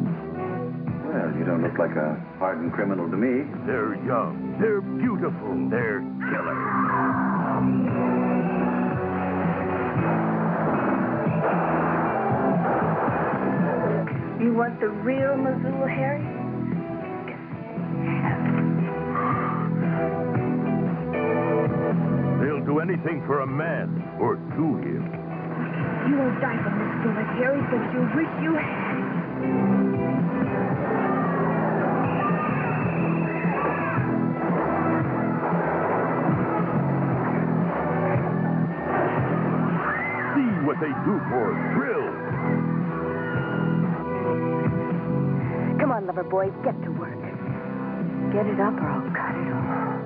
D: Well, you don't look like a hardened criminal to me.
C: They're young, they're beautiful, they're killers.
F: You want the real Missoula Harry?
C: They'll do anything for a man or to him.
F: You won't die from this bullet, Harry, but you wish you had.
C: See what they do for thrill.
F: Come on, lover boy, get to work. Get it up or I'll cut it off.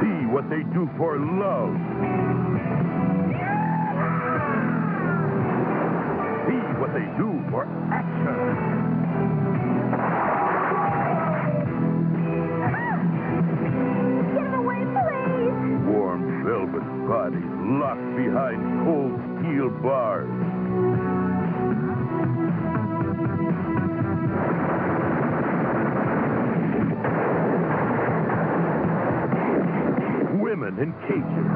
C: See what they do for love. See what they do for action.
F: Get it away, please!
C: Warm velvet bodies locked behind cold steel bars. Women in cages.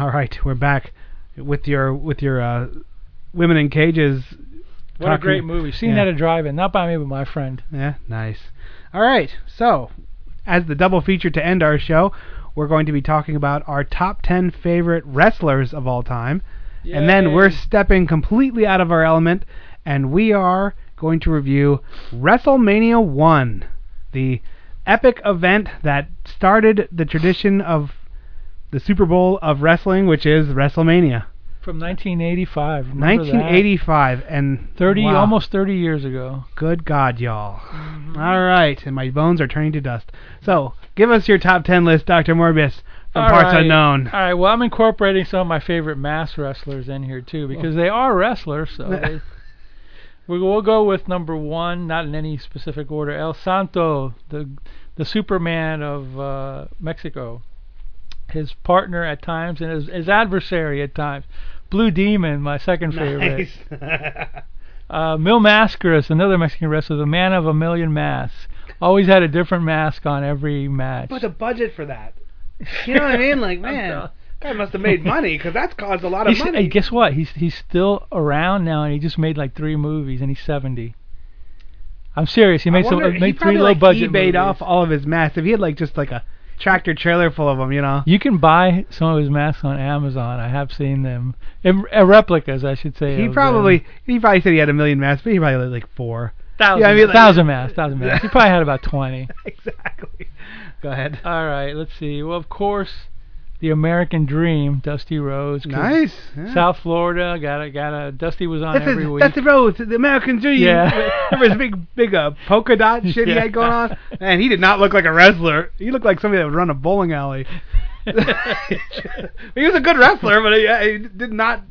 A: All right, we're back with your with your uh, women in cages.
B: What a
A: Talking-
B: great movie. Seen
A: yeah.
B: that at drive-in, not by me, but my friend.
A: Yeah, nice. All right, so as the double feature to end our show, we're going to be talking about our top ten favorite wrestlers of all time, and then we're stepping completely out of our element, and we are going to review WrestleMania One, the epic event that started the tradition of the Super Bowl of wrestling, which is WrestleMania.
B: from 1985. Remember that?
A: 1985 and
B: 30,
A: wow,
B: almost 30 years ago.
A: good god y'all all right and my bones are turning to dust so give us your top 10 list dr morbius from
B: All
A: parts
B: right.
A: unknown
B: All right. Well, I'm incorporating some of my favorite mass wrestlers in here too because they are wrestlers. So they, we will go with number one, not in any specific order. El Santo, the the Superman of uh, Mexico, his partner at times and his, his adversary at times. Blue Demon, my second favorite. Uh, Mil Mascaras, another Mexican wrestler, the man of a million masks. Always had a different mask on every match.
A: but the budget for that you know what i mean like man guy must have made money because that's caused a lot of
B: He's-
A: money
B: Hey, guess what? He's he's still around now, and he just made like three movies, and he's seventy. I'm serious. He
A: I
B: made
A: wonder-
B: some uh,
A: he
B: made
A: probably,
B: three low
A: like,
B: budget
A: eBayed
B: movies.
A: off all of his masks if he had like just like a tractor trailer full of them you know
B: You can buy some of his masks on Amazon. I have seen them, Em- uh, replicas, I should say.
A: he
B: of them.
A: probably he probably said he had a million masks but he probably had like four
B: thousand,
A: yeah, I mean, like-
B: thousand masks, thousand masks. He probably had about twenty.
A: exactly go ahead
B: All right, let's see. Well, of course, the American Dream, Dusty Rhodes. 'cause
A: nice yeah.
B: South Florida, got a got a Dusty was on
A: That's
B: every
A: his,
B: week.
A: that's the road to the American dream.
B: Yeah.
A: Remember his big big uh, polka dot shit he
B: Yeah.
A: had going on? Man, he did not look like a wrestler. He looked like somebody that would run a bowling alley. he was a good wrestler, but he, uh, he did not.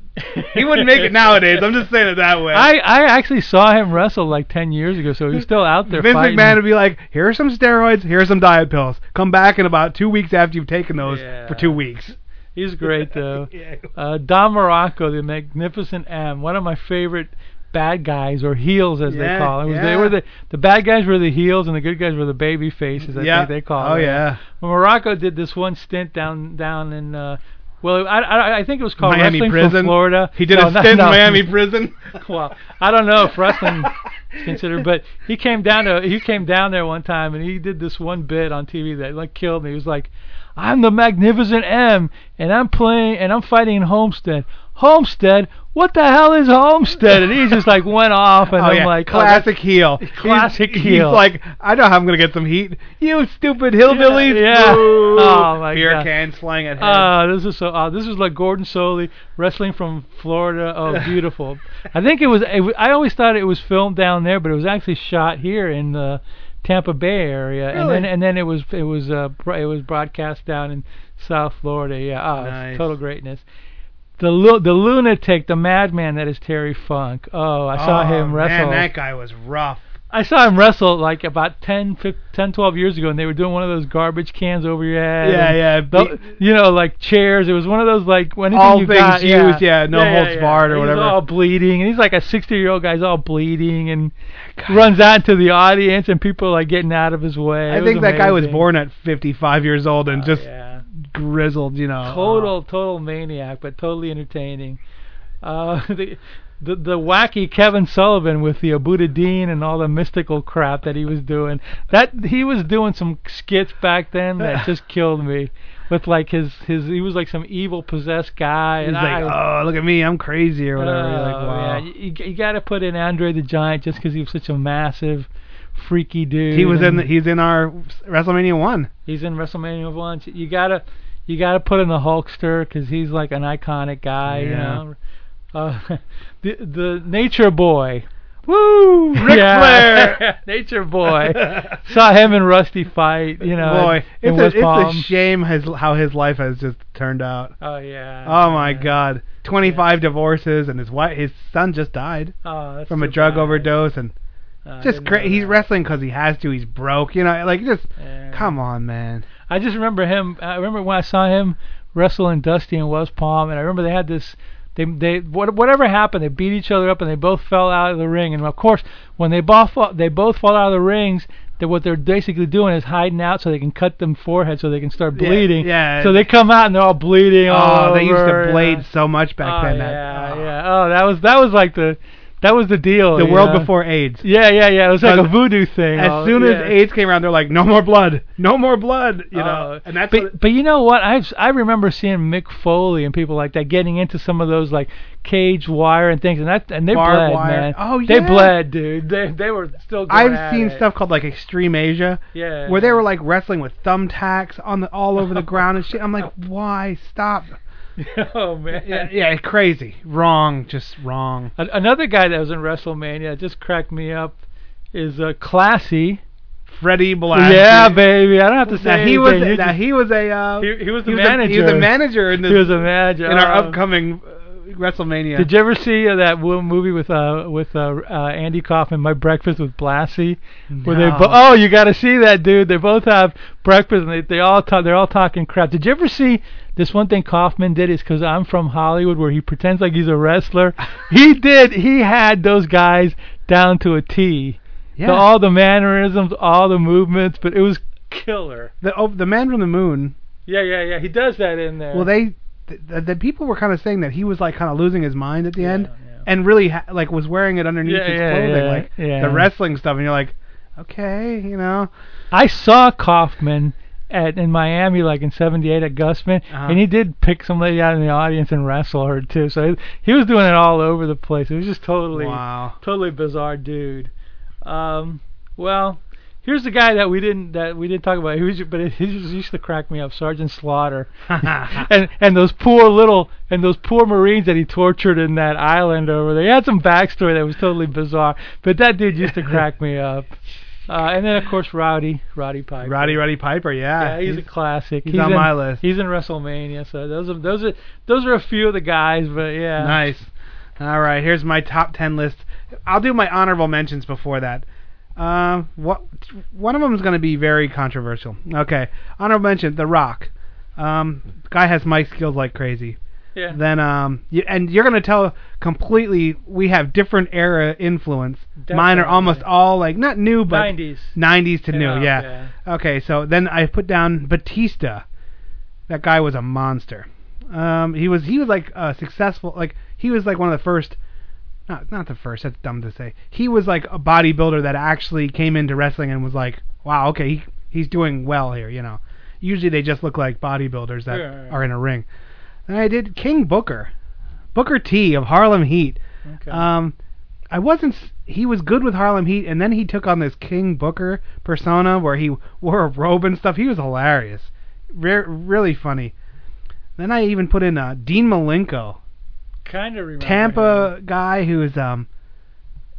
A: He wouldn't make it nowadays. I'm just saying it that way.
B: I, I actually saw him wrestle like 10 years ago, so he's still out there
A: Vince
B: fighting.
A: McMahon would be like, "Here are some steroids. Here are some diet pills. Come back in about two weeks after you've taken those
B: Yeah.
A: for two weeks."
B: He's great, though.
A: Yeah.
B: Uh, Don Morocco, the Magnificent M, one of my favorite bad guys, or heels as
A: Yeah,
B: they call them. They
A: yeah.
B: were the, the bad guys were the heels, and the good guys were the baby faces, I
A: yeah.
B: think they call
A: Oh
B: them.
A: yeah.
B: Well, Morocco did this one stint down down in... Uh, well, I, I, I think it was called
A: Miami
B: Wrestling
A: prison.
B: from Florida.
A: He did
B: No,
A: a
B: no,
A: stint
B: no.
A: in Miami prison.
B: well, I don't know if wrestling is considered, but he came down to he came down there one time and he did this one bit on TV that like killed me. He was like, "I'm the Magnificent M, and I'm playing and I'm fighting in Homestead. Homestead, what the hell is Homestead?" And he just like went off, and
A: oh,
B: I'm
A: yeah.
B: like, oh, that's-
A: classic heel.
B: Classic
A: he's,
B: heel.
A: He's like, I know how I'm gonna get some heat.
B: "Oh,
A: You stupid hillbillies.
B: yeah.
A: Boo.
B: Oh, my
A: Beer
B: God.
A: cans flying at him.
B: Ah, this is so. Uh, this is like Gordon Soley wrestling from Florida. Oh, beautiful! I think it was, it wa- I always thought it was filmed down there, but it was actually shot here in the Tampa Bay area, and then
A: Really?
B: and then it was it was uh bro- it was broadcast down in South Florida. Yeah, ah, it's
A: Nice.
B: total greatness. The lu- the lunatic, the madman that is Terry Funk. Oh, I saw
A: Oh,
B: him
A: Man,
B: wrestle.
A: that guy was rough.
B: I saw him wrestle like about 10, 15, 10, 12 years ago, and they were doing one of those garbage cans over your head.
A: Yeah,
B: and
A: yeah,
B: the- you know, like chairs. It was one of those like when
A: All
B: you
A: things
B: got,
A: used, yeah, no holds barred or
B: He's
A: whatever.
B: all bleeding, and he's like a sixty-year-old guy. He's all bleeding and runs out to the audience, and people are like getting out of his way. It
A: I
B: was
A: think that guy was
B: amazing.
A: born at 55 years old and just
B: Yeah.
A: grizzled, you know.
B: total total maniac, but totally entertaining. Uh, the, the the wacky Kevin Sullivan with the Abuda Dean and all the mystical crap that he was doing. That he was doing some skits back then that just killed me. With like his his he was like some evil possessed guy.
A: He's
B: and
A: like,
B: I,
A: oh, look at me, I'm crazy or whatever. You're like,
B: Oh,
A: wow.
B: yeah. You, you got to put in Andre the Giant just because he was such a massive, freaky dude.
A: He was in.
B: and
A: The, he's in our WrestleMania one.
B: he's in WrestleMania one. You gotta you gotta put in the Hulkster because he's like an iconic guy. You
A: Yeah.
B: know, uh, the the Nature Boy.
A: Woo! Ric
B: Yeah.
A: Flair.
B: Nature Boy. Saw him and Rusty fight. You know,
A: Boy,
B: in
A: it's a,
B: West Palm.
A: it's a shame his, how his life has just turned out.
B: oh yeah.
A: Oh my
B: Yeah.
A: God, 25 divorces and his wife, his son just died
B: Oh, that's
A: from a
B: too
A: drug
B: bad.
A: overdose and
B: Oh, I
A: just
B: didn't know
A: great. He's
B: that.
A: wrestling 'cause he has to. He's broke, you know. Like just
B: Yeah.
A: come on, man.
B: I just remember him. I remember when I saw him wrestling Dusty in West Palm, and I remember they had this. They they what whatever happened, they beat each other up, and they both fell out of the ring. And of course, when they both fall, they both fall out of the rings. That what they're basically doing is hiding out so they can cut them forehead so they can start
A: Yeah,
B: bleeding.
A: yeah.
B: So they come out and they're all bleeding. all
A: Oh, they used
B: over,
A: to
B: yeah.
A: blade so much back
B: oh,
A: then. that-
B: yeah,
A: oh.
B: yeah. Oh, that was that was like the that was the deal.
A: The
B: you
A: world
B: know?
A: before AIDS.
B: Yeah, yeah, yeah. It was like a
A: As-
B: voodoo thing.
A: As
B: Oh,
A: soon as
B: yeah.
A: AIDS came around, they're like, no more blood, no more blood, you know.
B: Oh,
A: Uh, and that's
B: but
A: what-
B: but you know what? I I remember seeing Mick Foley and people like that getting into some of those like cage wire and things, and that and they
A: Barbed
B: bled,
A: wire.
B: man.
A: Oh,
B: they
A: yeah.
B: bled, dude. They they were still.
A: I've
B: Going at
A: seen
B: it.
A: stuff called like Extreme Asia,
B: Yeah.
A: where they were like wrestling with thumbtacks on the all over the ground and shit. I'm like, why stop?
B: oh man.
A: Yeah, yeah, crazy, wrong, just wrong.
B: An- Another guy that was in WrestleMania that just cracked me up is uh, Classy.
A: Freddie Black.
B: Yeah, baby. I don't have to say
A: Now he was.
B: anything. You
A: Now
B: just-
A: he was a. Uh,
B: He- he was the
A: A, he was a
B: manager.
A: manager in this.
B: he was a manager
A: in our
B: Oh.
A: upcoming uh, WrestleMania.
B: Did you ever see uh, that wo- movie with uh with uh, uh Andy Kaufman, My Breakfast with Blassie? Where they
A: No.
B: bo- oh, you got to see that dude. They both have breakfast and they they all talk they're all talking crap. Did you ever see this one thing Kaufman did is because I'm from Hollywood where he pretends like he's a wrestler. he did. He had those guys down to a T.
A: yeah.
B: The, all the mannerisms, all the movements, but it was killer.
A: the oh, the man from the moon.
B: Yeah, yeah, yeah. He does that in there.
A: Well, they the, the people were kind of saying that he was like kind of losing his mind at the end,
B: yeah.
A: and really ha- like was wearing it underneath
B: Yeah,
A: his
B: yeah,
A: clothing,
B: yeah,
A: like
B: yeah.
A: the wrestling stuff, and you're like, okay, you know,
B: I saw Kaufman at in Miami, like in '78 at Gusman,
A: Uh-huh.
B: and he did pick some lady out in the audience and wrestle her too. So he, he was doing it all over the place. It was just totally,
A: wow.
B: totally bizarre, dude. Um, well, here's the guy that we didn't that we didn't talk about. He was, ju- but it, he just used to crack me up, Sergeant Slaughter, and and those poor little and those poor Marines that he tortured in that island over there. He had some backstory that was totally bizarre, but that dude used to crack me up. Uh, and then of course Rowdy, Roddy Piper.
A: Roddy Roddy Piper, yeah,
B: Yeah, he's, a classic.
A: he's on
B: in-
A: my list.
B: He's in WrestleMania, so those are those are those are a few of the guys, but yeah.
A: Nice. All right, here's my top ten list. I'll do my honorable mentions before that. Um, what one of them is going to be very controversial. Okay, honorable mention: The Rock. Um, guy has mic skills like crazy.
B: Yeah.
A: Then um, you, and you're going to tell completely we have different era influence. Mine are
B: Definitely.
A: almost all like not new, but
B: 90s.
A: 90s to
B: And
A: new.
B: up,
A: yeah. Okay, so then I put down Batista. That guy was a monster. Um, he was he was like uh, successful. Like he was like one of the first. Not not the first. That's dumb to say. He was like a bodybuilder that actually came into wrestling and was like, wow, okay, he, he's doing well here. You know, usually they just look like bodybuilders that
B: Yeah, yeah, yeah.
A: are in a ring. Then I did King Booker, Booker T of Harlem Heat.
B: Okay.
A: Um, I wasn't. s- He was good with Harlem Heat, and then he took on this King Booker persona where he wore a robe and stuff. He was hilarious, Re- really funny. Then I even put in uh, Dean Malenko,
B: Oh, kind of remember. him.
A: Tampa guy who's um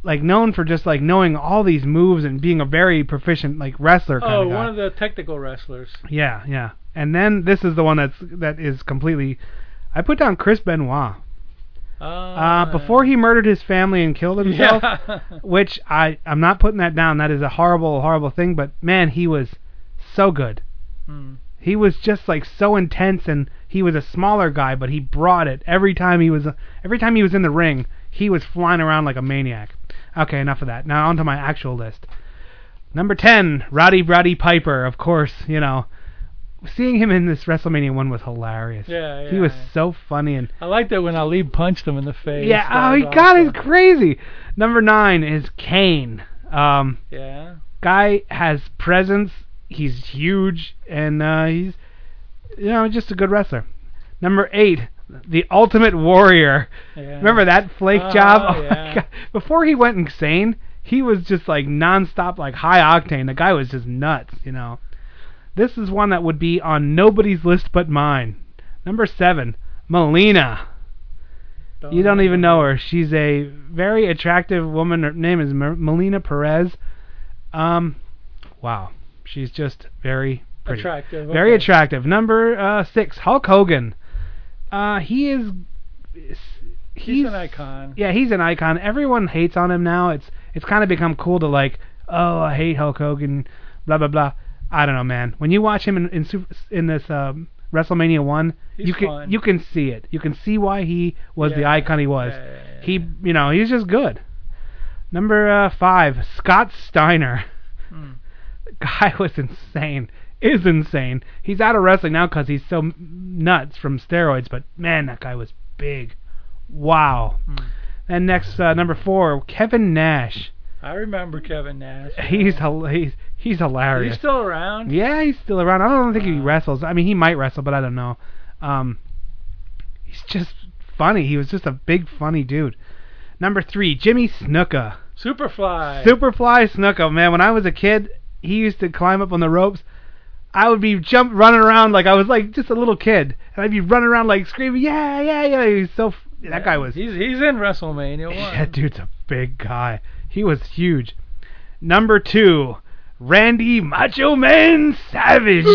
A: like known for just like knowing all these moves and being a very proficient like wrestler kind
B: Oh,
A: of guy.
B: one of the technical wrestlers.
A: yeah, yeah. And then this is the one that's that is completely. I put down Chris Benoit.
B: Uh,
A: Uh, before he murdered his family and killed himself,
B: Yeah.
A: which I I'm not putting that down. That is a horrible, horrible thing. But man, he was so good.
B: Hmm.
A: He was just like so intense, and he was a smaller guy, but he brought it every time he was every time he was in the ring. He was flying around like a maniac. Okay, enough of that. Now onto my actual list. Number ten, Roddy Roddy Piper. Of course, you know seeing him in this WrestleMania one was hilarious.
B: Yeah,
A: He
B: yeah.
A: was so funny and
B: I liked it when Ali punched him in the face.
A: yeah.
B: That
A: Oh, he
B: was
A: got
B: awesome.
A: it crazy. Number nine is Kane. Um,
B: Yeah.
A: guy has presence. He's huge, and uh, he's you know just a good wrestler. Number eight, the Ultimate Warrior.
B: yeah.
A: Remember that flake
B: Oh,
A: job? my
B: yeah.
A: God. Before he went insane, he was just like nonstop, like high octane. The guy was just nuts, you know. This is one that would be on nobody's list but mine. Number seven, Melina. You don't even know her. She's a very attractive woman. Her name is Mer- Melina Perez. Um, wow, she's just very pretty.
B: Attractive.
A: Very
B: okay.
A: attractive. Number uh, six, Hulk Hogan. Uh, he is. He's,
B: He's, an icon.
A: Yeah, he's an icon. Everyone hates on him now. It's it's kind of become cool to like, oh, I hate Hulk Hogan, blah blah blah. I don't know, man. When you watch him in in, Sup- in this um, WrestleMania one,
B: He's
A: you can
B: fun.
A: you can see it. You can see why he was the
B: Yeah,
A: icon he was.
B: yeah, yeah, yeah,
A: he, you know, he's just good. Number uh, five, Scott Steiner.
B: Hmm.
A: Guy was insane. Is insane. He's out of wrestling now 'cause he's so m- nuts from steroids. But man, that guy was big. Wow.
B: Hmm.
A: And next, uh, number four, Kevin Nash.
B: I remember Kevin Nash.
A: He's hel- he's he's
B: Are
A: hilarious.
B: you still around?
A: yeah, he's still around. I don't think he
B: Wow.
A: wrestles. I mean, he might wrestle, but I don't know. Um, he's just funny. He was just a big funny dude. Number three, Jimmy Snuka.
B: Superfly.
A: Superfly Snuka, man. When I was a kid, he used to climb up on the ropes. I would be jump running around like I was like just a little kid, and I'd be running around like screaming, yeah, yeah, yeah. He was so f- that guy was
B: He's he's in WrestleMania one.
A: yeah, dude's a big guy. He was huge. Number two, Randy Macho Man Savage.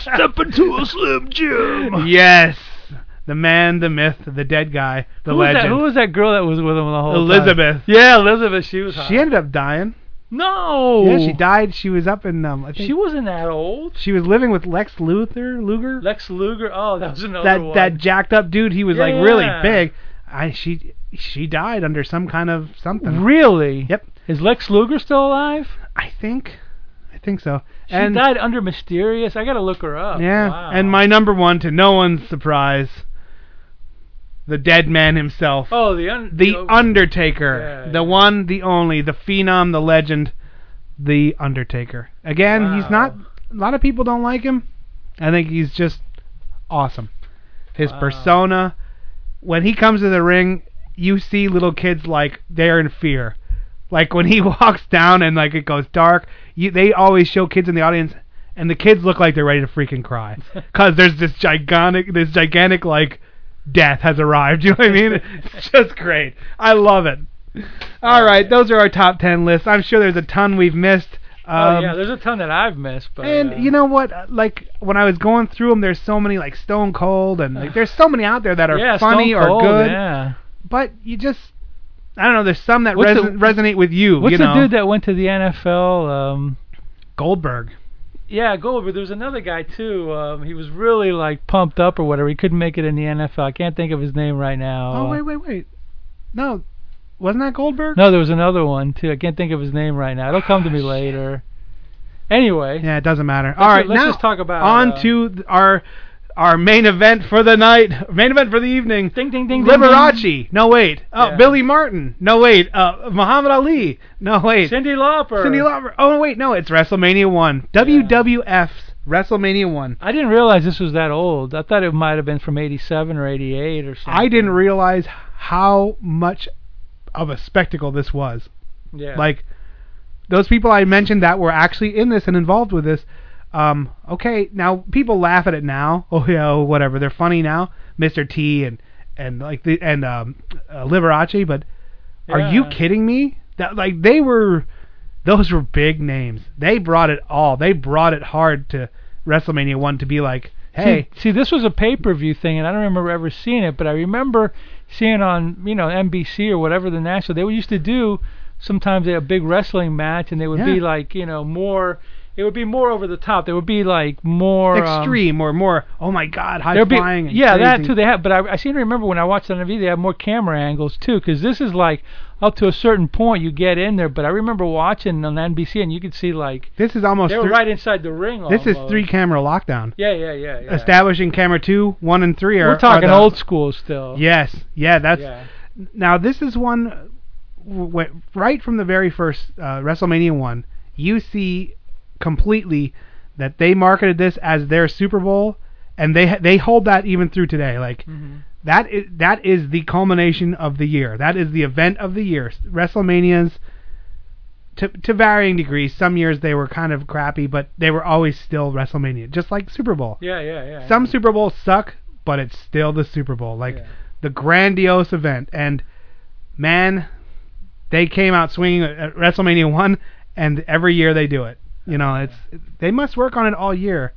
A: Step into a slim Jim. Yes, the man, the myth, the dead guy, the
B: who was
A: legend.
B: that? Who was that girl that was with him the whole
A: Elizabeth.
B: time? Yeah, Elizabeth. She was. Hot.
A: She ended up dying.
B: No.
A: Yeah, she died. She was up in um. I think
B: She wasn't that old.
A: she was living with Lex Luthor. Luger.
B: Lex Luger. Oh, that was another
A: that
B: one.
A: that jacked up dude. He was like really
B: Yeah.
A: big. I she she died under some kind of something.
B: really?
A: Mm-hmm. Yep.
B: Is Lex Luger still alive?
A: I think. I think so.
B: She
A: and
B: died under mysterious. I gotta look her up.
A: Yeah,
B: Oh, Wow.
A: and my number one, to no one's surprise, the dead man himself,
B: Oh, the un-
A: the Undertaker,
B: Yeah,
A: the
B: yeah.
A: one, the only, the phenom, the legend, the Undertaker. Again, he's not.
B: Wow.
A: A lot of people don't like him. I think he's just awesome. His
B: Wow.
A: persona, when he comes to the ring, you see little kids like they're in fear. Like when he walks down and like it goes dark, you, they always show kids in the audience, and the kids look like they're ready to freaking cry, cause there's this gigantic, this gigantic like death has arrived. You know what I mean? It's just great. I love it. All right, those are our top ten lists. I'm sure there's a ton we've missed.
B: Oh
A: Um,
B: yeah, there's a ton that I've missed, but
A: and
B: uh,
A: you know what? Like when I was going through them, there's so many like Stone Cold, and like there's so many out there that are
B: yeah,
A: funny
B: Stone Cold,
A: or good.
B: Yeah.
A: But you just, I don't know. There's some that
B: What's
A: res-
B: the-
A: resonate with you.
B: What's
A: you know?
B: the dude that went to the NFL? Um,
A: Goldberg.
B: yeah, Goldberg. There was another guy too. Um, he was really like pumped up or whatever. He couldn't make it in the NFL. I can't think of his name right now.
A: Oh
B: Uh,
A: wait, wait, wait. No, wasn't that Goldberg?
B: No, there was another one too. I can't think of his name right now. It'll come to me later. Anyway,
A: Ah, Yeah, it doesn't matter. All right,
B: let's
A: now
B: just talk about,
A: on
B: uh,
A: to th- our our main event for the night, main event for the evening.
B: ding ding ding. ding,
A: Liberace.
B: ding.
A: No wait. Oh,
B: Yeah.
A: Billy Martin. No wait. Uh, Muhammad Ali. No wait.
B: Cindy Lauper.
A: Cindy Lauper. Oh wait, no, it's WrestleMania one. WWF's WrestleMania one.
B: I didn't realize this was that old. I thought it might have been from '87 or '88 or something.
A: I didn't realize how much of a spectacle this was.
B: Yeah.
A: Like those people I mentioned that were actually in this and involved with this. Um, okay, now people laugh at it now. Oh yeah, oh, whatever. They're funny now, Mr. T and and like the and um, uh, Liberace. But are you
B: Yeah.
A: kidding me? That like they were, those were big names. They brought it all. They brought it hard to WrestleMania one to be like, hey,
B: See, see, this was a pay-per-view thing, and I don't remember ever seeing it, but I remember seeing on you know NBC or whatever the national. They used to do sometimes they had a big wrestling match, and they would
A: Yeah.
B: be like you know more it would be more over the top. There would be like more um,
A: extreme or more. Oh my God, high
B: There'd be-
A: flying. and
B: yeah, that
A: crazy.
B: too. They have, but I, I seem to remember when I watched it on the TV, they have more camera angles too, because this is like up to a certain point you get in there. But I remember watching on NBC, and you could see like
A: This is almost.
B: they were
A: three-
B: right inside the ring.
A: this is
B: almost.
A: three camera lockdown.
B: Yeah, yeah, yeah. yeah.
A: Establishing camera two, one, and three are.
B: We're talking
A: are the-
B: old school still.
A: Yes, yeah, that's
B: Yeah.
A: now this is one w- w- right from the very first uh, WrestleMania one. You see completely that they marketed this as their Super Bowl, and they ha- they hold that even through today. Like
B: Mm-hmm.
A: that is that is the culmination of the year. That is the event of the year. WrestleManias. To, to varying degrees, some years they were kind of crappy, but they were always still WrestleMania, just like Super Bowl
B: Yeah, yeah, yeah.
A: some Super Bowls suck, but it's still the Super Bowl, like
B: Yeah.
A: the grandiose event. And man, they came out swinging at- at WrestleMania one, and every year they do it. You know, it's they must work on it all year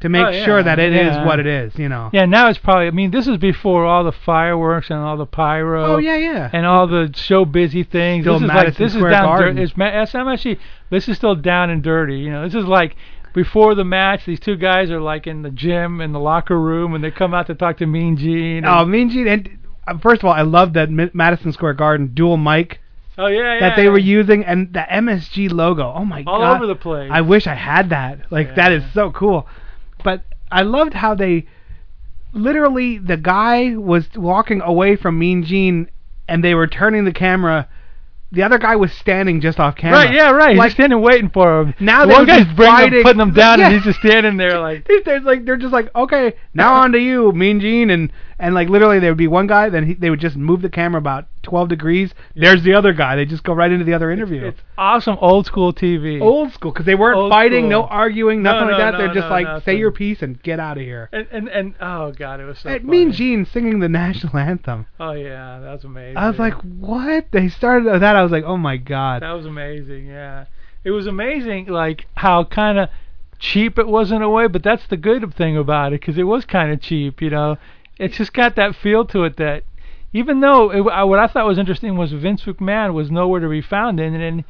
A: to make
B: Oh, yeah,
A: sure that it is
B: yeah.
A: what it is. You know.
B: Yeah, now it's probably. I mean, this is before all the fireworks and all the pyro.
A: Oh yeah, yeah.
B: And all the show busy things.
A: Still
B: this is like
A: Madison
B: this
A: Square
B: is down
A: Garden.
B: dirty. It's, ma- it's actually this is still down and dirty. You know, this is like before the match. These two guys are like in the gym in the locker room, and they come out to talk to Mean Gene. and-
A: oh, Mean Gene. And uh, first of all, I love that Ma- Madison Square Garden dual mic
B: oh yeah, yeah.
A: that they were
B: yeah.
A: using, and the MSG logo. Oh my
B: all
A: god.
B: over the place.
A: I wish I had that. Like that is
B: Yeah.
A: so cool. But I loved how they literally the guy was walking away from Mean Gene and they were turning the camera. The other guy was standing just off camera.
B: Right, yeah, right. He's
A: Like
B: just standing waiting for him.
A: Now
B: the
A: they
B: one
A: would be
B: guy's bringing
A: fighting-
B: them, putting them down,
A: Yeah.
B: and he's just standing there like,
A: they- they're like they're just like okay, now on to you, Mean Gene, and and like literally there would be one guy, then he, they would just move the camera about 12 degrees. There's the other guy. They just go right into the other interview.
B: it's awesome old school TV.
A: old school because they weren't
B: Old
A: fighting,
B: school.
A: no arguing,
B: No,
A: nothing like
B: no,
A: that.
B: no,
A: they're just
B: no,
A: like say
B: nothing.
A: your piece and get out of here.
B: And, and and oh god, it was so.
A: It mean
B: funny.
A: Gene singing the national anthem.
B: Oh yeah, that was amazing.
A: I was like, what? They started with that. I was like, oh my god.
B: that was amazing. Yeah, it was amazing, like how kind of cheap it was in a way, but that's the good thing about it because it was kind of cheap. You know, it's just got that feel to it that even though it, I- what I thought was interesting was Vince McMahon was nowhere to be found in, and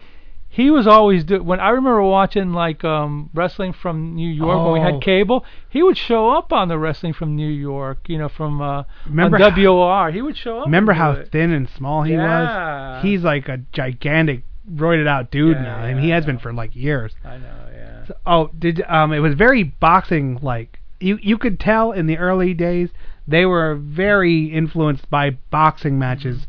B: he was always do, when I remember watching like um wrestling from New York when we
A: Oh.
B: had cable, he would show up on the wrestling from New York, you know, from uh
A: Remember
B: on
A: how-
B: WOR. He would show up.
A: Remember
B: and do
A: how
B: it.
A: thin and small he
B: Yeah.
A: was? He's like a gigantic roided out dude
B: Yeah,
A: now,
B: yeah,
A: and he has
B: I
A: been
B: know.
A: for like years.
B: I know, yeah.
A: Oh, did um, it was very boxing like. You you could tell in the early days they were very influenced by boxing matches.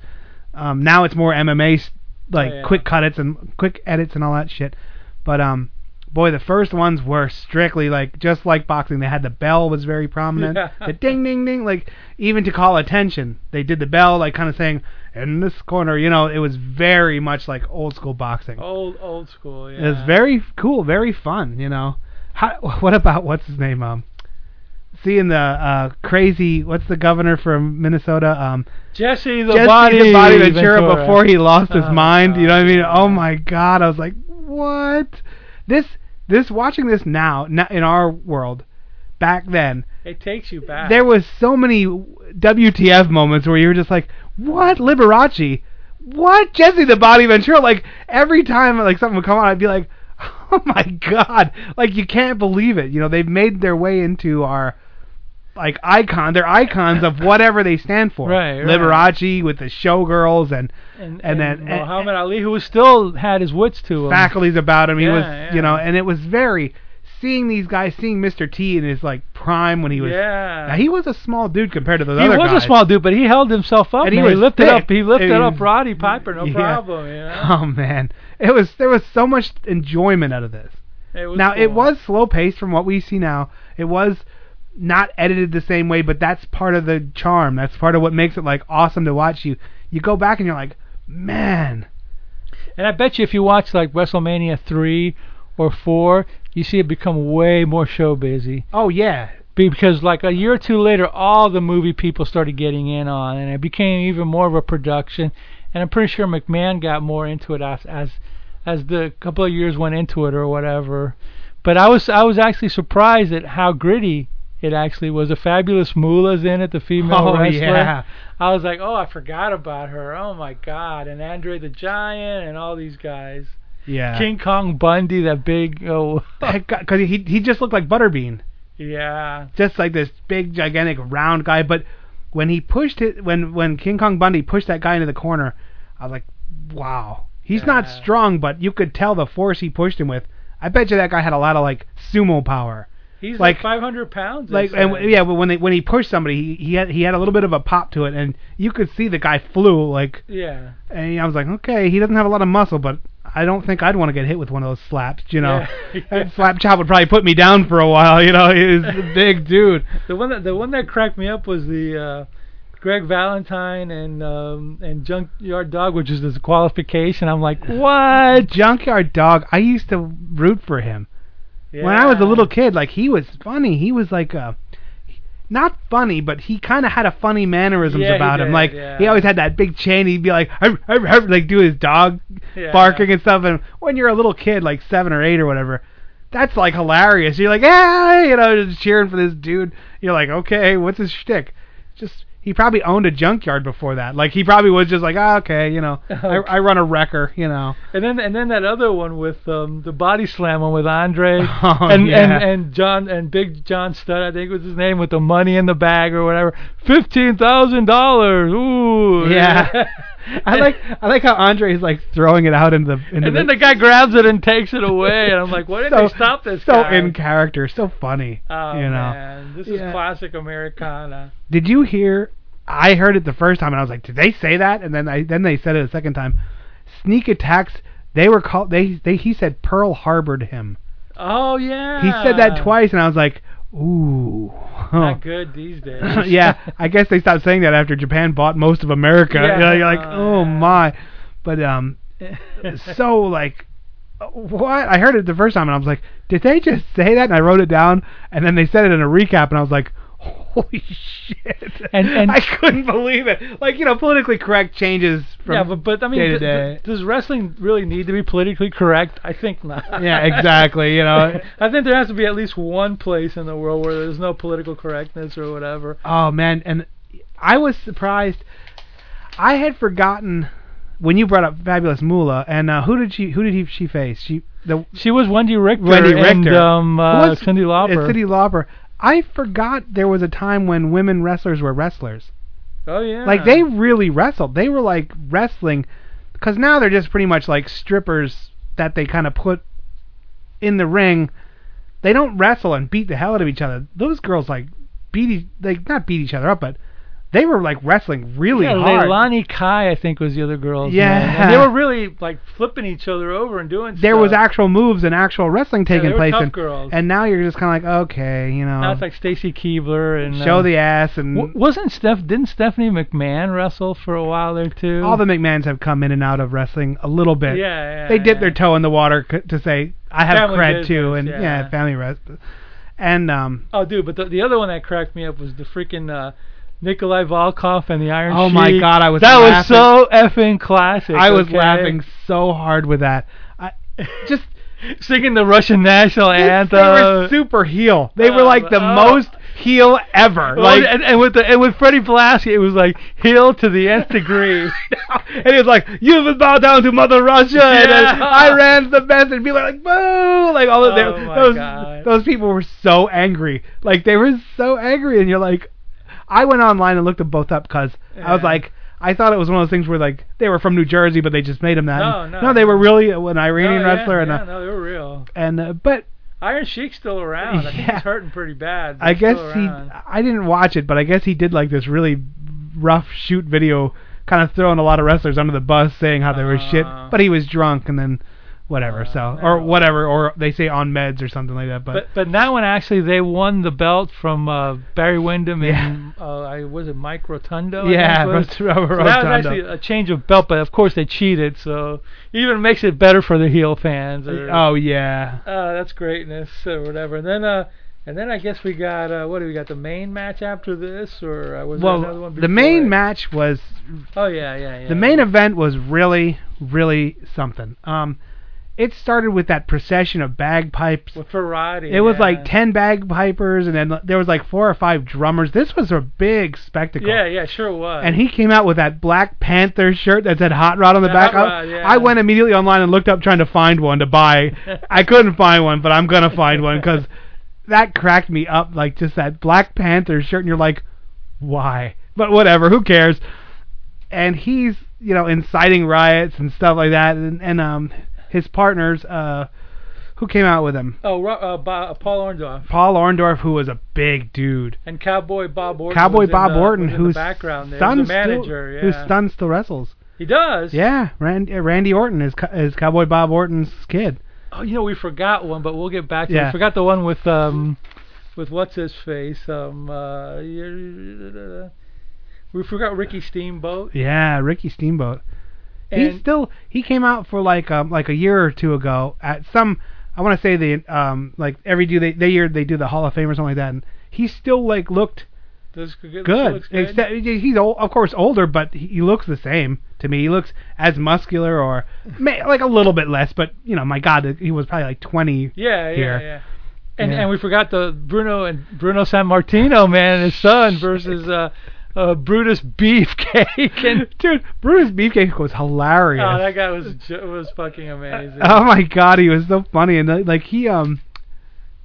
A: Um, now it's more MMA s- like
B: Oh, yeah.
A: quick cuts and quick edits and all that shit. But um, boy, the first ones were strictly like just like boxing. They had the bell was very prominent.
B: Yeah.
A: The ding ding ding, like even to call attention, they did the bell like kind of saying in this corner. You know, it was very much like old school boxing.
B: Old old school, yeah.
A: It was very cool, very fun, you know. How, what about what's his name? Um, seeing the uh, crazy what's the governor from Minnesota? Um,
B: Jesse the
A: Jesse
B: body,
A: the body Ventura,
B: Ventura.
A: before he lost his
B: Oh,
A: mind. You know what I mean?
B: God.
A: Oh my God! I was like, what? This this watching this now, now in our world, back then
B: It takes you back.
A: there was so many WTF moments where you were just like, what Liberace? What Jesse the Body Ventura? Like every time like something would come on, I'd be like, oh my god! Like you can't believe it. You know they've made their way into our like icon. They're icons of whatever they stand for.
B: Right, right.
A: Liberace with the showgirls and
B: and,
A: and
B: and,
A: then- eh, and-
B: Muhammad Ali, who was still had his wits to him.
A: faculties about him. He
B: Yeah,
A: was,
B: yeah.
A: you know, and it was very seeing these guys, seeing Mr. T in his like prime when he was.
B: yeah.
A: Now, he was a small dude compared to those
B: He
A: other
B: was
A: guys.
B: a small dude, but he held himself up.
A: And he
B: man.
A: was
B: lifted
A: thick.
B: up. He lifted
A: And-
B: up Roddy Piper, no
A: Yeah.
B: problem. You know?
A: Oh man, it was there was so much enjoyment out of this.
B: It was
A: now it
B: cool.
A: was slow paced from what we see now. It was not edited the same way, but that's part of the charm. That's part of what makes it like awesome to watch. You you go back and you're like, man,
B: And I bet you, if you watch like WrestleMania three or four, you see it become way more show busy.
A: oh yeah,
B: Be- because like a year or two later all the movie people started getting in on and it became even more of a production and i'm pretty sure mcmahon got more into it as as, as the couple of years went into it or whatever but i was i was actually surprised at how gritty it actually was the fabulous moolah's in it the female
A: oh
B: wrestler
A: yeah.
B: i was like oh i forgot about her oh my god and andre the giant and all these guys
A: Yeah.
B: King Kong Bundy, that big. Oh,
A: Because he he just looked like Butterbean,
B: yeah.
A: just like this big gigantic round guy. But when he pushed it, when when King Kong Bundy pushed that guy into the corner, I was like, wow, he's not
B: Yeah.
A: strong, but you could tell the force he pushed him with. I bet you that guy had a lot of like sumo power.
B: He's
A: Like-
B: like, 500 pounds. they
A: Like
B: said.
A: and yeah, but when they when he pushed somebody, he he had he had a little bit of a pop to it, and you could see the guy flew like.
B: Yeah.
A: And I was like, okay, he doesn't have a lot of muscle, but I don't think I'd want to get hit with one of those slaps, you know.
B: Yeah.
A: That slap chop would probably put me down for a while, you know. He's a big dude.
B: The one that the one that cracked me up was the uh, Greg Valentine and um, and Junkyard Dog, which is this qualification. I'm like,
A: A
B: what?
A: junkyard dog. I used to root for him when I was a
B: Yeah.
A: little kid. Like he was funny. He was like uh Not funny, but he kind of had a funny mannerisms
B: Yeah, he
A: about him.
B: did,
A: Like
B: yeah.
A: he always had that big chain. He'd be like, "Arr, arr, arr," like do his dog
B: Yeah.
A: barking and stuff. And when you're a little kid, like seven or eight or whatever, that's like hilarious. You're like, hey, you know, just cheering for this dude. You're like, okay, what's his shtick? Just he probably owned a junkyard before that. Like he probably was just like, ah, okay, you know, I, I run a wrecker, you know.
B: And then and then that other one with um, the body slam one with Andre
A: Oh,
B: and,
A: yeah.
B: and and John and Big John Studd, I think was his name, with the money in the bag or whatever. Fifteen thousand dollars. Ooh.
A: Yeah. I like I like how Andre's like throwing it out in the into
B: And then the guy grabs it and takes it away, and I'm like, why did
A: so,
B: they stop this
A: so
B: guy?
A: in character, so funny.
B: Oh
A: you know.
B: man, this
A: Yeah.
B: is classic Americana.
A: Did you hear? I heard it the first time, and I was like, "Did they say that?" And then I then they said it a second time. Sneak attacks. They were called. They they he said Pearl Harbored him.
B: Oh yeah.
A: He said that twice, and I was like, "Ooh."
B: Not good these days.
A: yeah, I guess they stopped saying that after Japan bought most of America.
B: Yeah. Ah.
A: You know, you're like, oh
B: Yeah.
A: my, but um, so like, what? I heard it the first time and I was like, did they just say that? And I wrote it down, and then they said it in a recap, and I was like. Holy shit!
B: And- and-
A: I couldn't believe it. Like you know, politically correct changes from
B: yeah, but but I mean,
A: day to
B: th-
A: day.
B: th- does wrestling really need to be politically correct? I think not.
A: yeah, exactly. You know,
B: I think there has to be at least one place in the world where there's no political correctness or whatever.
A: Oh man, and I was surprised. I had forgotten when you brought up Fabulous Moolah, and uh, who did she who did he, she face? She the
B: She was Wendy Richter
A: Wendy
B: and
A: Richter.
B: um,
A: Who
B: uh,
A: was-
B: Cindy Lauper.
A: It's Cindy Lauper. I forgot there was a time when women wrestlers were wrestlers.
B: oh yeah,
A: Like they really wrestled. They were like wrestling, because now they're just pretty much like strippers that they kind of put in the ring. They don't wrestle and beat the hell out of each other. Those girls like beat e- like not beat each other up, but they were like wrestling really
B: yeah,
A: hard.
B: Leilani Kai, I think, was the other girl.
A: Yeah.
B: and they were really like flipping each other over and doing.
A: there
B: stuff.
A: was actual moves and actual wrestling
B: Yeah,
A: taking
B: they were
A: place,
B: tough
A: and,
B: girls.
A: and now you're just kind of like, okay, you know,
B: Now it's like Stacy Keebler and
A: show
B: um,
A: the ass and
B: W- wasn't Steph? Didn't Stephanie McMahon wrestle for a while there too?
A: all the McMahons have come in and out of wrestling a little
B: yeah,
A: bit.
B: yeah,
A: they dip
B: yeah.
A: their toe in the water c- to say I have
B: Family
A: cred
B: business,
A: too, and yeah,
B: yeah.
A: family rest. And um,
B: Oh, dude, but the, the other one that cracked me up was the freaking uh, Nikolai Volkov and the Iron.
A: Oh, my
B: Sheik.
A: God, I was
B: that
A: laughing.
B: was so effing classic.
A: I was
B: okay?
A: laughing so hard with that. I just
B: singing the Russian national
A: and
B: anthem.
A: they were super heel. They were
B: Oh,
A: like the
B: uh, oh.
A: most heel ever.
B: Well,
A: Like
B: Oh, and, and with the and with Freddie Blassie, it was like heel to the nth degree.
A: and he was like, "You would bow down to Mother Russia." And then
B: Yeah.
A: Iran's the best, and people are like, "Boo!" Like all of
B: Oh
A: them.
B: my
A: those
B: God.
A: those people were so angry. Like they were so angry, and you're like, I went online and looked them both up because I was
B: Yeah.
A: like. I thought it was one of those things where like they were from New Jersey, but they just made them that.
B: No,
A: And-
B: no.
A: they were really an
B: Oh,
A: Iranian
B: yeah,
A: wrestler,
B: yeah,
A: and uh
B: no, they were real.
A: and uh, but
B: Iron Sheik's still around. I think
A: Yeah.
B: he's hurting pretty bad. but
A: I
B: he's
A: guess
B: still
A: he.
B: around.
A: I didn't watch it, but I guess he did like this really rough shoot video, kind of throwing a lot of wrestlers under the bus, saying how they were shit.
B: Uh.
A: But he was drunk, and then whatever. so or whatever, or they say on meds or something like that. But,
B: But but that one actually they won the belt from uh, Barry Windham and uh, I was it Mike Rotundo. I think
A: yeah,
B: it was?
A: Ros- Ro-
B: So that was
A: Rotundo.
B: actually a change of belt, but of course they cheated, so even makes it better for the heel fans. Or,
A: oh yeah,
B: uh, that's greatness or whatever. And then uh, and then I guess we got uh, what do we got the main match after this or uh, was there another
A: well
B: one?
A: the
B: before
A: main
B: it?
A: match was
B: Oh yeah, yeah, yeah.
A: the main event was really really something. Um, it started with that procession of bagpipes.
B: With Ferrari.
A: It was
B: yeah.
A: like ten bagpipers, and then there was like four or five drummers. This was a big spectacle.
B: Yeah, yeah, sure was.
A: And he came out with that Black Panther shirt that said Hot Rod on the
B: Yeah,
A: back.
B: Hot
A: I-
B: Rod, yeah.
A: I went immediately online and looked up trying to find one to buy. I couldn't find one, but I'm gonna find one because that cracked me up. Like just that Black Panther shirt, and you're like, why? But whatever, who cares? And he's you know inciting riots and stuff like that, and, and um his partners uh who came out with him.
B: oh, Ro- uh, Bo- Paul Orndorff
A: Paul Orndorff, who was a big dude,
B: and Cowboy Bob Orton.
A: Cowboy
B: was in
A: Bob
B: the,
A: Orton,
B: was in the
A: whose
B: background there.
A: son
B: He's a
A: still-
B: manager. yeah.
A: whose son still wrestles.
B: He does.
A: Yeah, Randy, uh, Randy Orton is co- is Cowboy Bob Orton's kid.
B: Oh, you know we forgot one, but we'll get back to. it.
A: Yeah.
B: We forgot the one with um, with what's his face um uh. yeah, We forgot Ricky Steamboat.
A: Yeah, Ricky Steamboat. He's
B: And-
A: still he came out for like um like a year or two ago at some I want to say the um like every do they they year they do the Hall of Fame or something like that and he still like looked
B: Does good.
A: good.
B: looks
A: Except he's old, of course older but he- he looks the same to me. He looks as muscular or may, like a little bit less but you know my god he was probably like 20
B: yeah, yeah,
A: here.
B: yeah. And
A: Yeah.
B: and we forgot the Bruno and Bruno San Martino man, and his son versus uh, uh Brutus Beefcake and.
A: Dude, Brutus Beefcake was hilarious.
B: Oh, that guy was ju- was fucking amazing.
A: Oh my god, he was so funny and uh, like he um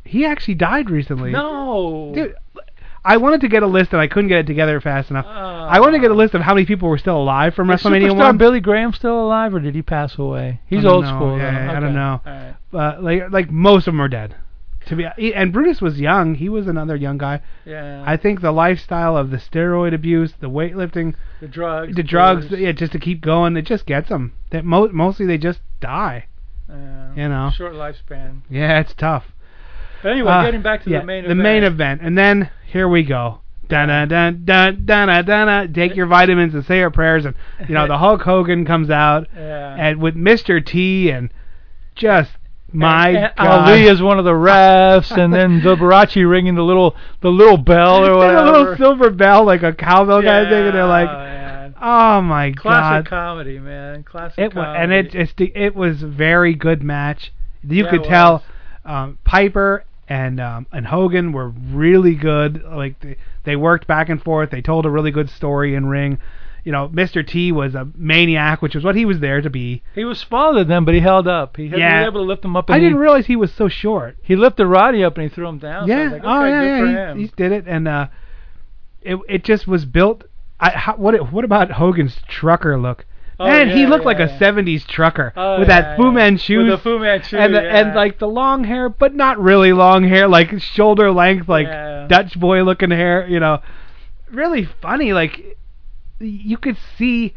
A: he actually died recently.
B: no,
A: Dude, I wanted to get a list and I couldn't get it together fast enough.
B: Ah.
A: I wanted to get a list of how many people were still alive from
B: Is
A: WrestleMania
B: Superstar
A: 1.
B: Billy Graham still alive, or did he pass away? He's
A: don't
B: old
A: know.
B: school.
A: Yeah,
B: though.
A: yeah, I don't
B: Okay.
A: know.
B: All right.
A: Uh, like like most of them are dead. To be he- and Brutus was young. He was another young guy.
B: Yeah.
A: I think the lifestyle of the steroid abuse, the weightlifting,
B: the drugs.
A: the drugs,
B: booze,
A: yeah, just to keep going, it just gets them. That mo- mostly they just die.
B: uh,
A: you know.
B: Short lifespan.
A: Yeah, it's tough.
B: But anyway,
A: Uh,
B: getting back to
A: yeah,
B: the main
A: the
B: event.
A: main event, and then here we go. Dun dun dun dun dun dun. dun. Take your vitamins and say your prayers, and you know the Hulk Hogan comes out
B: Yeah.
A: and with Mr. T and just my
B: and, and
A: God.
B: Ali is one of the refs, and then the Barachi ringing the little the little bell or
A: There's
B: whatever.
A: a little silver bell like a cowbell
B: yeah,
A: kind of thing, and they're like,
B: man.
A: "Oh my
B: classic
A: God!"
B: comedy, man. Classic
A: It was,
B: comedy.
A: and it it's the, it was a very good match. You
B: Yeah,
A: could
B: it
A: tell um, Piper and um, and Hogan were really good. Like they, they worked back and forth. They told a really good story in ring. You know, Mr. T was a maniac, which is what he was there to be.
B: he was smaller than them, but he held up. He, had- he
A: Yeah.
B: was able to lift them up. And
A: I didn't
B: He,
A: realize he was so short.
B: he lifted Roddy up and he threw him down. So I
A: yeah.
B: was like,
A: oh
B: okay,
A: yeah,
B: good
A: yeah.
B: for
A: he-
B: him.
A: He, did it, and uh, it it just was built. I how, what it- what about Hogan's trucker look?
B: Oh,
A: Man, he
B: yeah,
A: looked
B: yeah,
A: like
B: yeah.
A: a '70s trucker
B: Oh,
A: with
B: yeah,
A: that Fu
B: yeah.
A: Manchu
B: With the Fu Manchu,
A: and the,
B: yeah.
A: and like the long hair, but not really long hair, like shoulder length, like
B: Yeah.
A: Dutch boy looking hair. You know, really funny. Like you could see.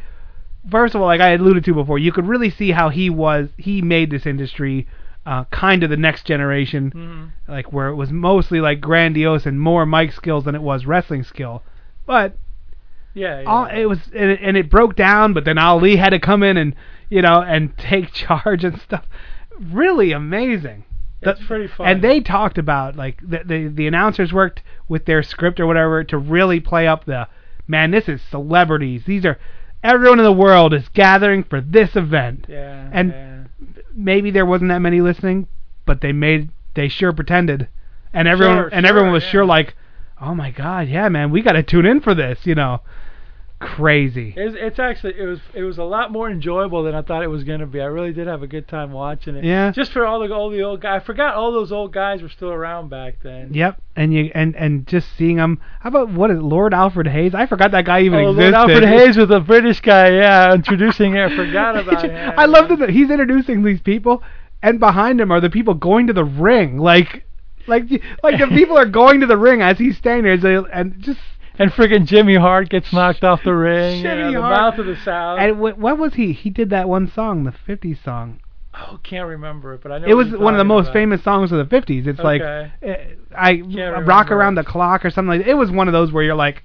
A: First of all, like I alluded to before, you could really see how he was. He made this industry uh, kind of the next generation
B: Mhm.
A: like where it was mostly like grandiose and more mic skills than it was wrestling skill. But
B: Yeah, yeah.
A: all, it was and it, and it broke down. But then Ali had to come in and you know and take charge and stuff. Really amazing.
B: That's
A: The-
B: pretty fun.
A: And they talked about like the, the the announcers worked with their script or whatever to really play up the man. This is celebrities. These are everyone in the world is gathering for this event.
B: yeah,
A: and-
B: yeah.
A: maybe there wasn't that many listening, but they made they sure pretended, and everyone
B: Sure,
A: and
B: sure,
A: everyone was
B: yeah.
A: sure like, oh my god, yeah, man, we got to tune in for this, you know, crazy.
B: It's, it's actually it was it was a lot more enjoyable than I thought it was going to be. I really did have a good time watching it.
A: Yeah.
B: Just for all the all the old guys. I forgot all those old guys were still around back then.
A: Yep, and you and and just seeing them. How about what is Lord Alfred Hayes? I forgot that guy even
B: Oh,
A: existed.
B: Lord Alfred Hayes was a British guy. Yeah, introducing it. I forgot about him.
A: I love that he's introducing these people, and behind him are the people going to the ring, like. Like, the- like the people are going to the ring as he's standing there, so- and just
B: And friggin' Jimmy Hart gets knocked off the ring. you
A: Jimmy
B: know, the
A: Hart.
B: mouth of the South.
A: and what, what was he? He did that one song, the '50s song.
B: oh, can't remember it, but I know.
A: it
B: what
A: was
B: you're
A: one of the
B: talking
A: most
B: about.
A: famous songs of the 50s. It's like
B: Okay.
A: uh, I
B: remember
A: rock
B: it.
A: around the clock or something like that. It was one of those where you're like,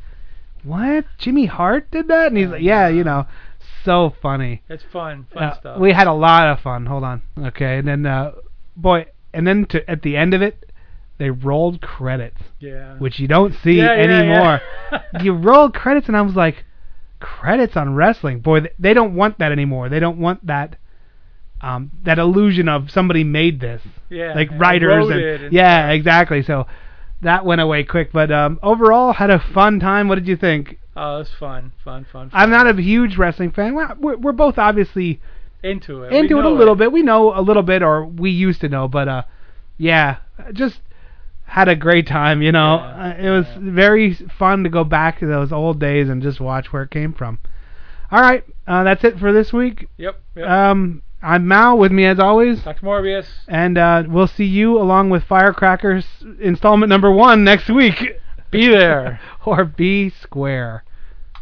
A: "What? Jimmy Hart did that?" And he's like, "Yeah, you know, so funny."
B: It's fun, fun
A: Uh,
B: stuff.
A: We had a lot of fun. Hold on. Okay, and then uh boy, and then to, at the end of it, they rolled credits,
B: yeah.
A: which you don't see
B: yeah, yeah,
A: anymore.
B: Yeah.
A: you rolled credits and I was like, "Credits on wrestling. Boy, th- they don't want that anymore. They don't want that um, that illusion of somebody made this,
B: Yeah.
A: like
B: and
A: writers
B: wrote
A: and,
B: it and
A: yeah, exactly. So that went away quick, but um, overall had a fun time. What did you think?
B: Oh, it's fun, fun, fun.
A: I'm not a huge wrestling fan. Well, We're, we're both obviously
B: into it. We
A: into it a
B: know
A: little bit. We know a little bit, or we used to know, but uh, yeah, just had a great time. You know,
B: Yeah,
A: Uh, it was very fun to go back to those old days and just watch where it came from. All right, uh, that's it for this week.
B: Yep. yep.
A: Um, I'm Mal with me as always,
B: Dr. Morbius.
A: and uh, we'll see you along with Firecrackers installment number one next week.
B: Be there.
A: or be square.